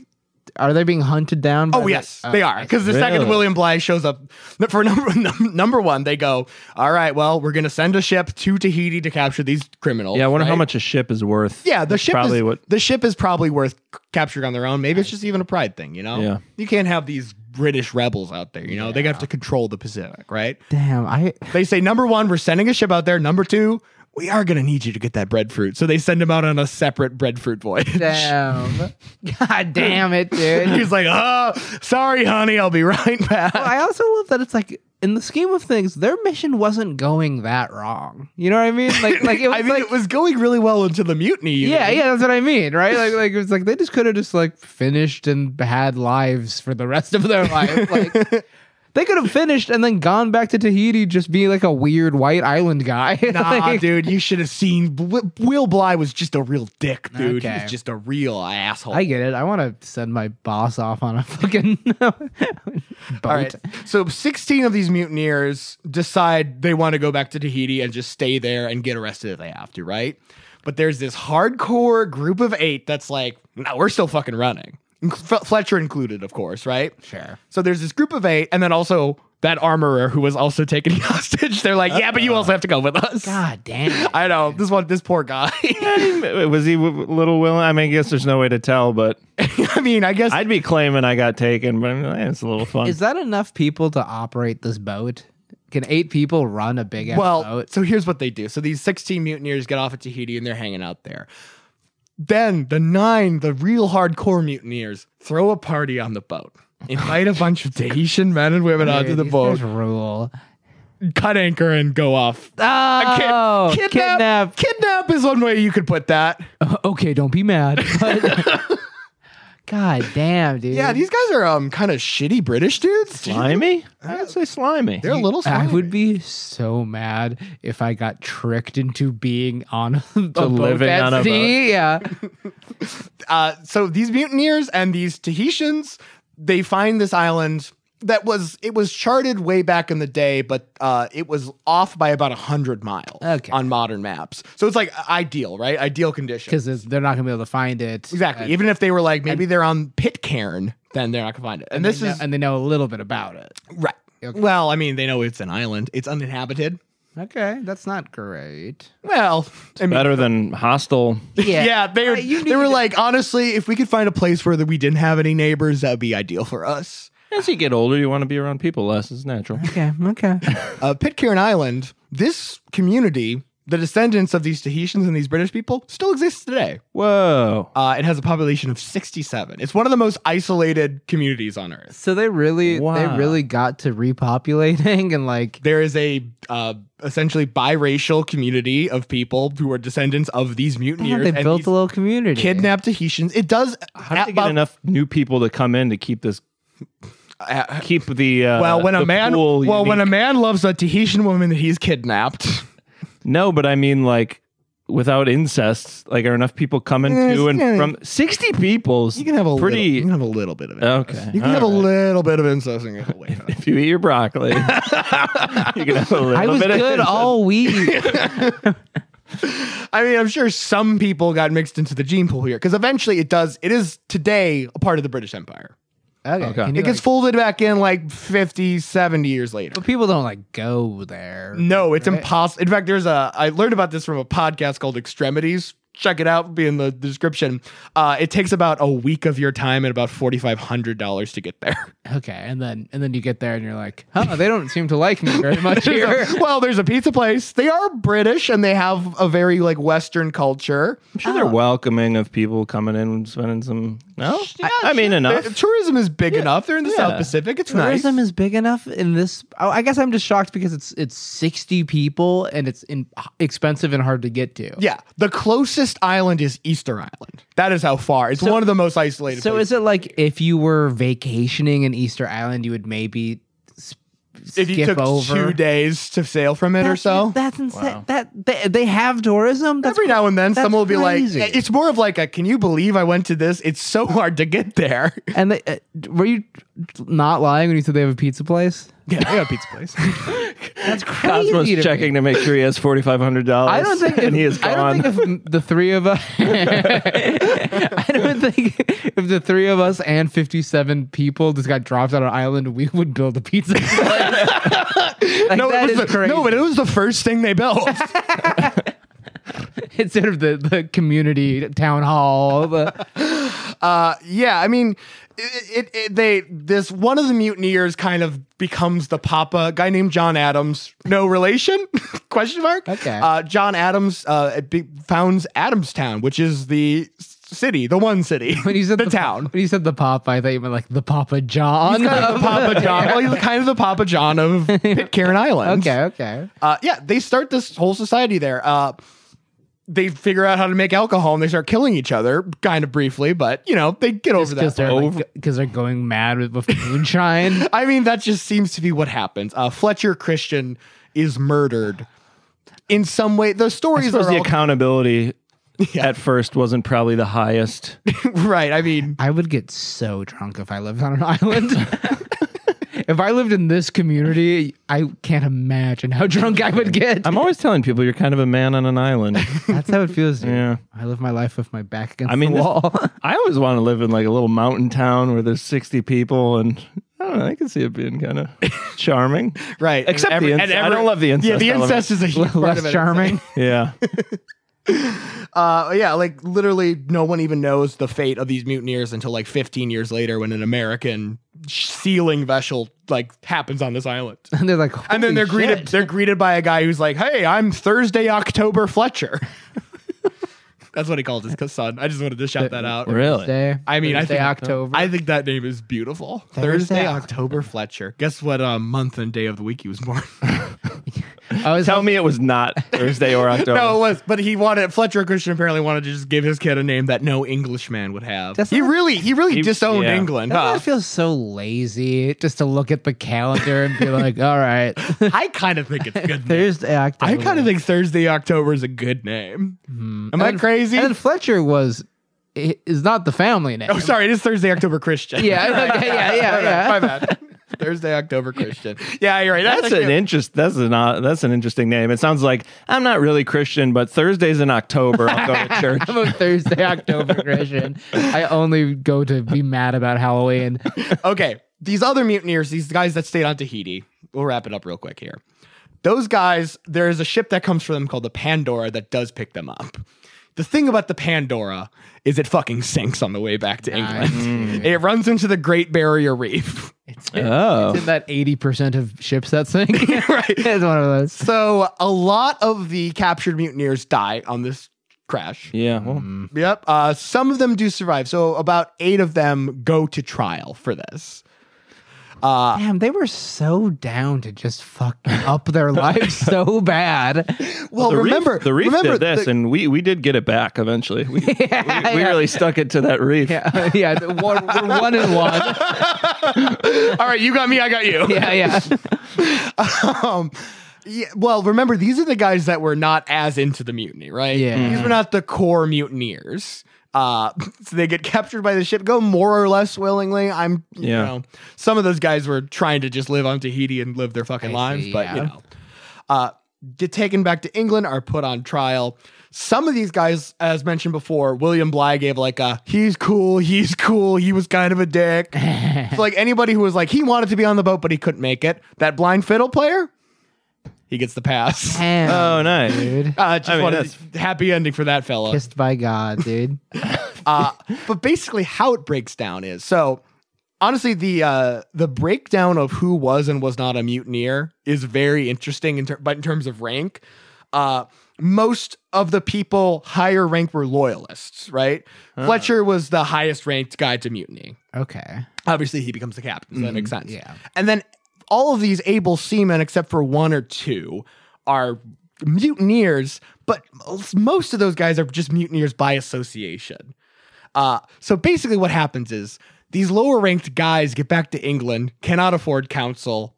Are they being hunted down? by Oh the- yes, they are. Because the second Really? William Bly shows up for number num- number one, they go, "All right, well, we're gonna send a ship to Tahiti to capture these criminals." Yeah, I wonder how right? much a ship is worth. Yeah, the That's ship probably is what. the ship is probably worth c- capturing on their own. Maybe it's just even a pride thing, you know? Yeah. you can't have these British rebels out there. You know, they have to control the Pacific, right? Damn, I They say number one, we're sending a ship out there. Number two. We are gonna need you to get that breadfruit, so they send him out on a separate breadfruit voyage. damn. God damn it, dude. He's like, "Oh, sorry, honey, I'll be right back." I also love that it's like in the scheme of things, their mission wasn't going that wrong. You know what I mean? Like, like it was I mean, like, it was going really well into the mutiny. you yeah, know? yeah, that's what I mean, right? Like, like it's like they just could have just like finished and had lives for the rest of their life. Like, they could have finished and then gone back to Tahiti, just being like a weird white island guy. Nah, Like, dude, you should have seen. Wi- Will Bly was just a real dick, dude. He Okay. was just a real asshole. I get it. I want to send my boss off on a fucking boat. All right. So 16 of these mutineers decide they want to go back to Tahiti and just stay there and get arrested if they have to, right? But there's this hardcore group of eight that's like, no, we're still fucking running. Inc- F- Fletcher included, of course, right? Sure. So there's this group of eight, and then also that armorer who was also taken hostage. They're like, yeah, but you also have to go with us. God damn. it. I know this one, this poor guy. Was he w- little willing? I mean, I guess there's no way to tell, but I mean, I guess I'd be claiming I got taken, but eh, it's a little fun. Is that enough people to operate this boat? Can eight people run a big ass well. boat? So here's what they do. So these 16 mutineers get off at Tahiti and they're hanging out there. Then the nine, the real hardcore mutineers, throw a party on the boat. Invite a bunch of Tahitian men and women onto Dude, uh, the these boat, guys Rule. cut anchor, and go off. Oh, Kid- kidnap, kidnap is one way you could put that. Okay, don't be mad. but- God damn, dude. Yeah, these guys are um kind of shitty British dudes. slimy? I'd say slimy. Uh, They're a little. I slimy. would be so mad if I got tricked into being on a boat living at on a sea. Yeah, uh, so these mutineers and these Tahitians, they find this island that was it was charted way back in the day, but uh, it was off by about hundred miles Okay. on modern maps. So it's like ideal, right? Ideal condition. because they're not gonna be able to find it. Exactly. Even if they were like maybe they're on Pitcairn, then they're not gonna find it. And, this They know- is and they know a little bit about it. right. Well, I mean, they know it's an island. It's uninhabited. Okay, that's not great. Well, I mean, Better than hostile. yeah, they were, Uh, you they were need to- like, honestly, if we could find a place where that we didn't have any neighbors, that would be ideal for us. As you get older, you want to be around people less. It's natural. Okay, okay. uh, Pitcairn Island, this community, the descendants of these Tahitians and these British people, still exists today. Whoa. Uh, it has a population of 67. It's one of the most isolated communities on Earth. So they really Wow. they really got to repopulating and like There is a uh, essentially biracial community of people who are descendants of these yeah, mutineers they and built these a little community. kidnapped Tahitians. It does. uh, How did they about- get enough new people to come in to keep this? uh, Keep the uh, well, when a the man, well, pool when a unique? man loves a Tahitian woman that he's kidnapped, no, but I mean like without incest, like are enough people coming Yeah, to and yeah. from sixty people's you can have a little, pretty you can have a little bit of it. okay. You can all have a right. little bit of incest and get away with it. If you eat your broccoli, you can have a little I was bit of good incest. all week. I mean, I'm sure some people got mixed into the gene pool here because eventually it does. It is today a part of the British Empire. Okay. Okay. Can you, It gets like- folded back in like 50, 70 years later. but people don't like go there. No, it's Right. impossible. In fact, there's a. I learned about this from a podcast called Extremities. Check it out. it'll Be in the description. Uh, it takes about a week of your time and about forty five hundred dollars to get there. Okay. And then and then you get there and you're like, huh, they don't seem to like me very much here. well, there's a pizza place. They are British and they have a very like Western culture. I'm sure they're welcoming of people coming in and spending some. No, I, I mean enough. Uh, Tourism is big enough. They're in the South Pacific. It's Tourism nice. is big enough in this. I I guess I'm just shocked because it's it's 60 people and it's in, expensive and hard to get to. yeah, the closest island is Easter Island. That is how far. It's one of the most isolated. So places. is it like if you were vacationing in Easter Island, you would maybe s- if you skip took over two days to sail from it or That's- so? That's insane. That they, they have tourism. That's Every now and then, that's someone will be crazy. like, "It's more of like a, can you believe I went to this? It's so hard to get there." and they, uh, were you not lying when you said they have a pizza place? Yeah, I got a pizza place. That's crazy. Cosmo's to me. checking to make sure he has forty five hundred dollars. I don't think and he is if, gone. I don't think if the three of us I don't think if the three of us and 57 people just got dropped on an island we would build a pizza place. like, no, that it is was the, crazy. no, but it was the first thing they built. it's sort of the, the community town hall the, uh, yeah, I mean, it, it, it, they this one of the mutineers kind of becomes the papa. A guy named John Adams, no relation? Question mark. Okay. Uh, John Adams uh, be- founds Adamstown, which is the s- city, the one city, when you said the town. when you said the pop I thought you meant like the Papa John He's kind of the Papa John. Well, he's kind of the Papa John of Pitcairn Islands. okay okay Uh, yeah, they start this whole society there. Uh, they figure out how to make alcohol and they start killing each other, kind of briefly, but you know they get over because that. they're, Over- like, go- 'cause they're going mad with, with moonshine I mean, that just seems to be what happens. Uh, Fletcher Christian is murdered in some way. The I stories suppose are the all, accountability Yeah. at first wasn't probably the highest. right. I mean, I would get so drunk if I lived on an island. if I lived in this community, I can't imagine how drunk I would get. I'm always telling people you're kind of a man on an island. That's how it feels. Dude. Yeah. I live my life with my back against I mean, the this- wall. I always want to live in like a little mountain town where there's 60 people, and I don't know. I can see it being kind of charming. right. Except the and incest. I don't love the Yeah, incest the element. incest is a huge part of Less it. charming. Yeah, Uh, yeah, like literally, no one even knows the fate of these mutineers until like 15 years later, when an American sh- sealing vessel like happens on this island, and they're like, and then "Holy they're greeted shit." they're greeted by a guy who's like, "Hey, I'm Thursday October Fletcher." That's what he called his son. I just wanted to shout that out. really. Thursday, I mean, I Thursday, think- uh, October. I think that name is beautiful. Thursday, Thursday, October Fletcher. Guess what uh, month and day of the week he was born? I was Tell me it was not Thursday or October. No, it was. But he wanted Fletcher Christian apparently wanted to just give his kid a name that no Englishman would have. That's he not- really, he really He- disowned yeah. England. That Huh? feels so lazy just to look at the calendar and be like, all right, I kind of think it's a good. name. Thursday, October. I kind of think Thursday October is a good name. Am I crazy? And then Fletcher was, i- is not the family name. oh, sorry, it is Thursday October Christian. Yeah, okay, yeah, yeah, yeah. My bad. My bad. Thursday October Christian. Yeah, you're right. That's actually- an interest. That's an uh, that's an interesting name. It sounds like I'm not really Christian, but Thursdays in October I'll go to church. I'm a Thursday October Christian. I only go to be mad about Halloween. okay, these other mutineers, these guys that stayed on Tahiti, we'll wrap it up real quick here. Those guys, there is a ship that comes for them called the Pandora that does pick them up. The thing about the Pandora is it fucking sinks on the way back to England. It runs into the Great Barrier Reef. Oh, It's in that 80% of ships that sink. Right. It's one of those. So a lot of the captured mutineers die on this crash. yeah. Well, Yep. Uh, some of them do survive. So about eight of them go to trial for this. Ah. Damn, they were so down to just fuck up their lives so bad. Well, the reef- remember the reef remember did this, the- and we we did get it back eventually. We, we, we yeah. really stuck it to that reef. Yeah, yeah. the One, we're one in one. all right, you got me, I got you. Yeah, yeah. um yeah, well, remember these are the guys that were not as into the mutiny, right? Yeah. these were not the core mutineers. Uh, so they get captured by the ship, go more or less willingly. I'm, you Yeah. know, some of those guys were trying to just live on Tahiti and live their fucking I lives, see, but you yeah. know, uh, get taken back to England, are put on trial. Some of these guys, as mentioned before, William Bly gave like a he's cool, he's cool, he was kind of a dick. It's like anybody who was like, he wanted to be on the boat, but he couldn't make it. That blind fiddle player, he gets the pass. Damn, Oh, nice. dude. Uh, just I mean, wanted happy ending for that fella. Kissed by God, dude. Uh, but basically, how it breaks down is so. Honestly, the uh, the breakdown of who was and was not a mutineer is very interesting. In ter- but in terms of rank, uh, most of the people higher rank were loyalists. Right, Fletcher was the highest ranked guy to mutiny. Okay. Obviously, he becomes the captain, so that makes sense. yeah. and then all of these able seamen, except for one or two, are mutineers. But most of those guys are just mutineers by association. Uh, so basically, what happens is these lower ranked guys get back to England, cannot afford counsel,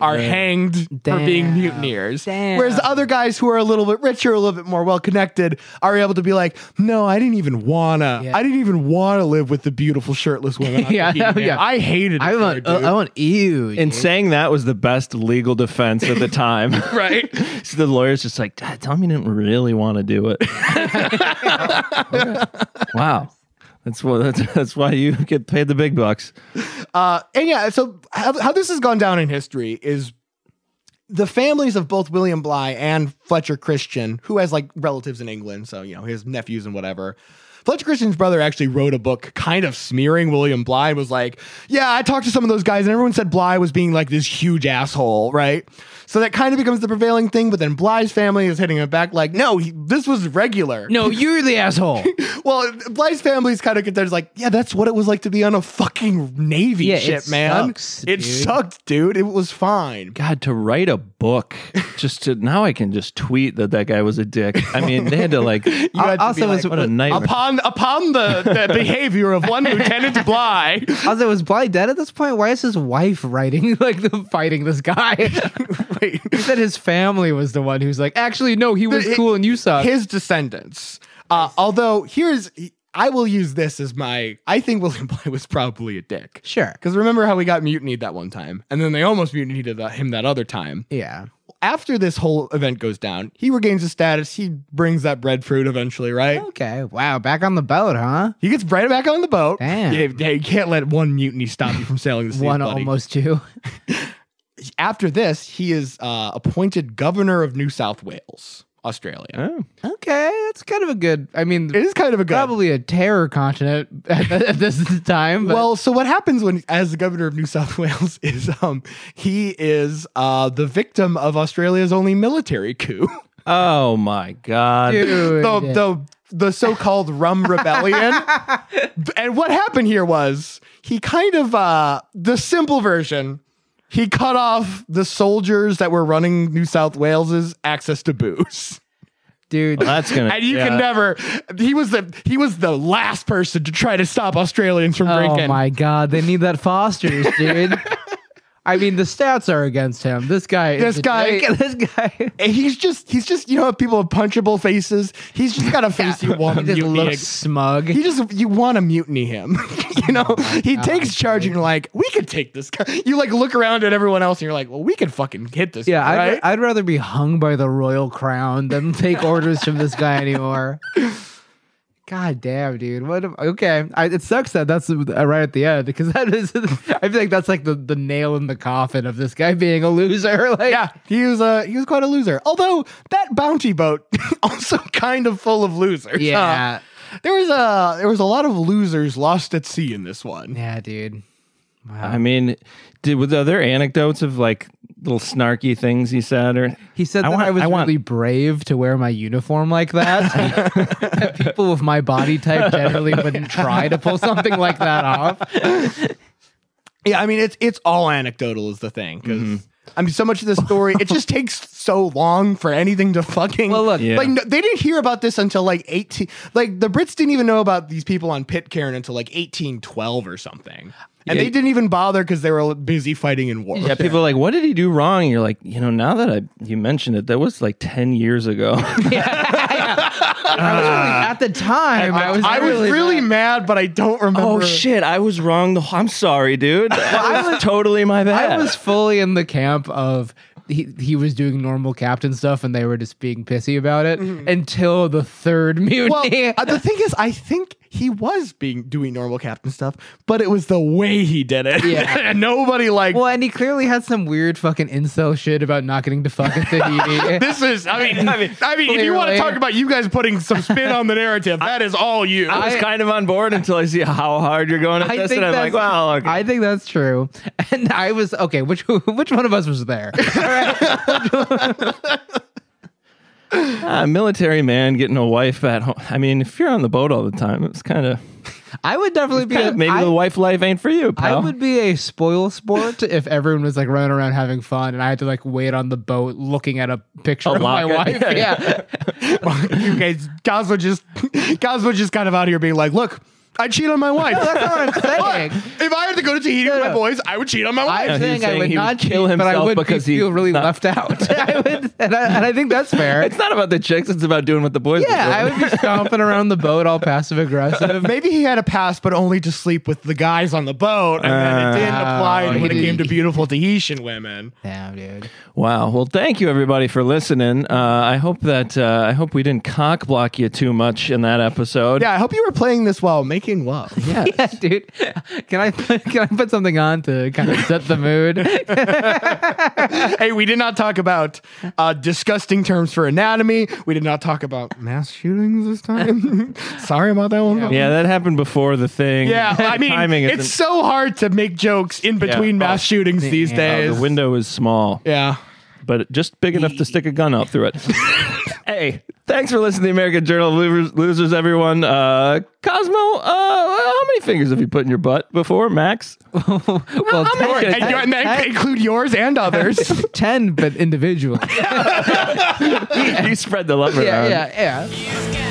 are hanged for being Damn. mutineers. Damn. Whereas the other guys who are a little bit richer, a little bit more well connected, are able to be like, no, I didn't even wanna, Yeah. I didn't even wanna live with the beautiful shirtless women. Yeah, yeah, I know, yeah. I hated it. I want. there, Uh, dude. I want you. And saying that was the best legal defense at the time. right? so the lawyer's just like, "God, Tommy didn't really want to do it. Wow. That's what that's, that's why you get paid the big bucks. Uh, and yeah, so how, how this has gone down in history is the families of both William Bly and Fletcher Christian, who has like relatives in England, so you know his nephews and whatever. Fletcher Christian's brother actually wrote a book kind of smearing William Bly and was like, Yeah, I talked to some of those guys, and everyone said Bly was being like this huge asshole, right? So that kind of becomes the prevailing thing, but then Bly's family is hitting him back like, No, he, this was regular. no, you're the asshole. Well, Bly's family's kind of contenders like, yeah, that's what it was like to be on a fucking Navy Yeah, it ship, man. sucks, it dude. sucked, dude. It was fine. God, to write a book, just to now I can just tweet that that guy was a dick. I mean, they had to like. You had to also be was- what a nightmare. upon upon the, the behavior of one Lieutenant Bly. Also, was Bly dead at this point? Why is his wife writing like the fighting this guy? Wait. he said his family was the one who's like, actually, no, he was It- cool and you suck. His descendants. Uh, although here's I will use this as my I think William Bly was probably a dick. sure. Because remember how we got mutinied that one time, and then they almost mutinied that- him that other time. Yeah. after this whole event goes down, he regains his status. He brings that breadfruit eventually, right? Okay. Wow. Back on the boat, huh? He gets right back on the boat. Damn. Yeah, yeah, you can't let one mutiny stop you from sailing the seas, One buddy. almost two. After this, he is uh, appointed governor of New South Wales, Australia. Oh. Okay, that's kind of a good. I mean, It is kind of a good. probably a terror continent at, at this time. But Well, so what happens when, as the governor of New South Wales, is um he is uh the victim of Australia's only military coup, Oh my God. dude, the the the so-called Rum Rebellion. and what happened here was he kind of uh the simple version he cut off the soldiers that were running new south wales's access to booze dude, That's gonna. and you can yeah. never he was the he was the last person to try to stop australians from oh drinking my god, they need that Foster's, dude. I mean, the stats are against him. This guy, is This a guy- dick. this guy. And he's just he's just you know how people have punchable faces he's just got a face you want He just to mutiny. looks smug. he just you want to mutiny him you know he takes charge and you're like we could take this guy you like look around at everyone else and you're like well we could fucking hit this yeah, guy, I'd, right? I'd rather be hung by the royal crown than take orders from this guy anymore. God damn, dude! What? am- okay, I, it sucks that that's uh, right at the end because that is. I feel like that's like the, the nail in the coffin of this guy being a loser. Like, Yeah, he was uh, he was quite a loser. Although that bounty boat also kind of full of losers. huh? yeah, there was a there was a lot of losers lost at sea in this one. yeah, dude. I mean, did were there anecdotes of like little snarky things he said or? He said I that want- I was I want- really brave to wear my uniform like that. That People with my body type generally wouldn't try to pull something like that off. Yeah, I mean it's it's all anecdotal is the thing because I mean so much of the story it just takes so long for anything to fucking Well, look, Yeah. like no, they didn't hear about this until like eighteen like the Brits didn't even know about these people on Pitcairn until like eighteen twelve or something, and they didn't even bother because they were busy fighting in war. Yeah, people are like, what did he do wrong? And you're like, you know, now that I you mentioned it, that was like ten years ago. I was really- at the time, I, was, I was really, mad, but I don't remember. oh shit, I was wrong. The whole, I'm sorry, dude. That was totally my bad. I was fully in the camp of he, he was doing normal captain stuff and they were just being pissy about it until the third mutiny. Well, uh, the thing is, I think he was being doing normal captain stuff, but it was the way he did it. Yeah. and nobody like Well, and he clearly had some weird fucking incel shit about not getting to fuck E in Tahiti. this is. I mean, I mean, I mean if you want to Clearly. talk about you guys putting some spin on the narrative, that is all you. I was I- kind of on board until I see how hard you're going at I this, think and I'm like, that's- wow, okay. I think that's true. And I was okay. Which which one of us was there? Ah, military man getting a wife at home. I mean, if you're on the boat all the time, it's kind of I would definitely be. maybe I, the wife life ain't for you, I pal. would be a spoil sport if everyone was like running around having fun, and I had to like wait on the boat looking at a picture of my locket. wife. Yeah, you guys, Gosler just Gosler just kind of out here being like, look, I cheat on my wife. that's what I'm saying. if I had to go to Tahiti with my no. boys, I would cheat on my wife. I'm No, he was saying, I saying would he would not kill cheat, but I himself would because he- feel really not- left out. I would, and I, and I think that's fair. it's not about the chicks; it's about doing what the boys. yeah, I are would doing. be stomping around the boat all passive aggressive. Maybe he had a pass, but only to sleep with the guys on the boat, and then it didn't apply Oh, when it he- came to beautiful Tahitian women. Damn, dude. Wow. Well, thank you everybody for listening. Uh, I hope that uh, I hope we didn't cock block you too much in that episode. Yeah, I hope you were playing this while making love. Yeah. Yeah, dude. Can I put, can I put something on to kind of set the mood? hey, we did not talk about uh, disgusting terms for anatomy. We did not talk about mass shootings this time. Sorry about that one. Yeah. Yeah, that happened before the thing. I mean, Timing it's isn't- so hard to make jokes in between Oh, mass shootings these Oh, days. the window is small. yeah. but just big enough to stick a gun out through it. hey, thanks for listening to the American Journal of Losers, Losers everyone. Uh, Cosmo, uh, how many fingers have you put in your butt before, Max? well, I'm ten, worried. And, you- and that include yours and others. ten, but individual. you spread the love around. yeah, yeah. You've got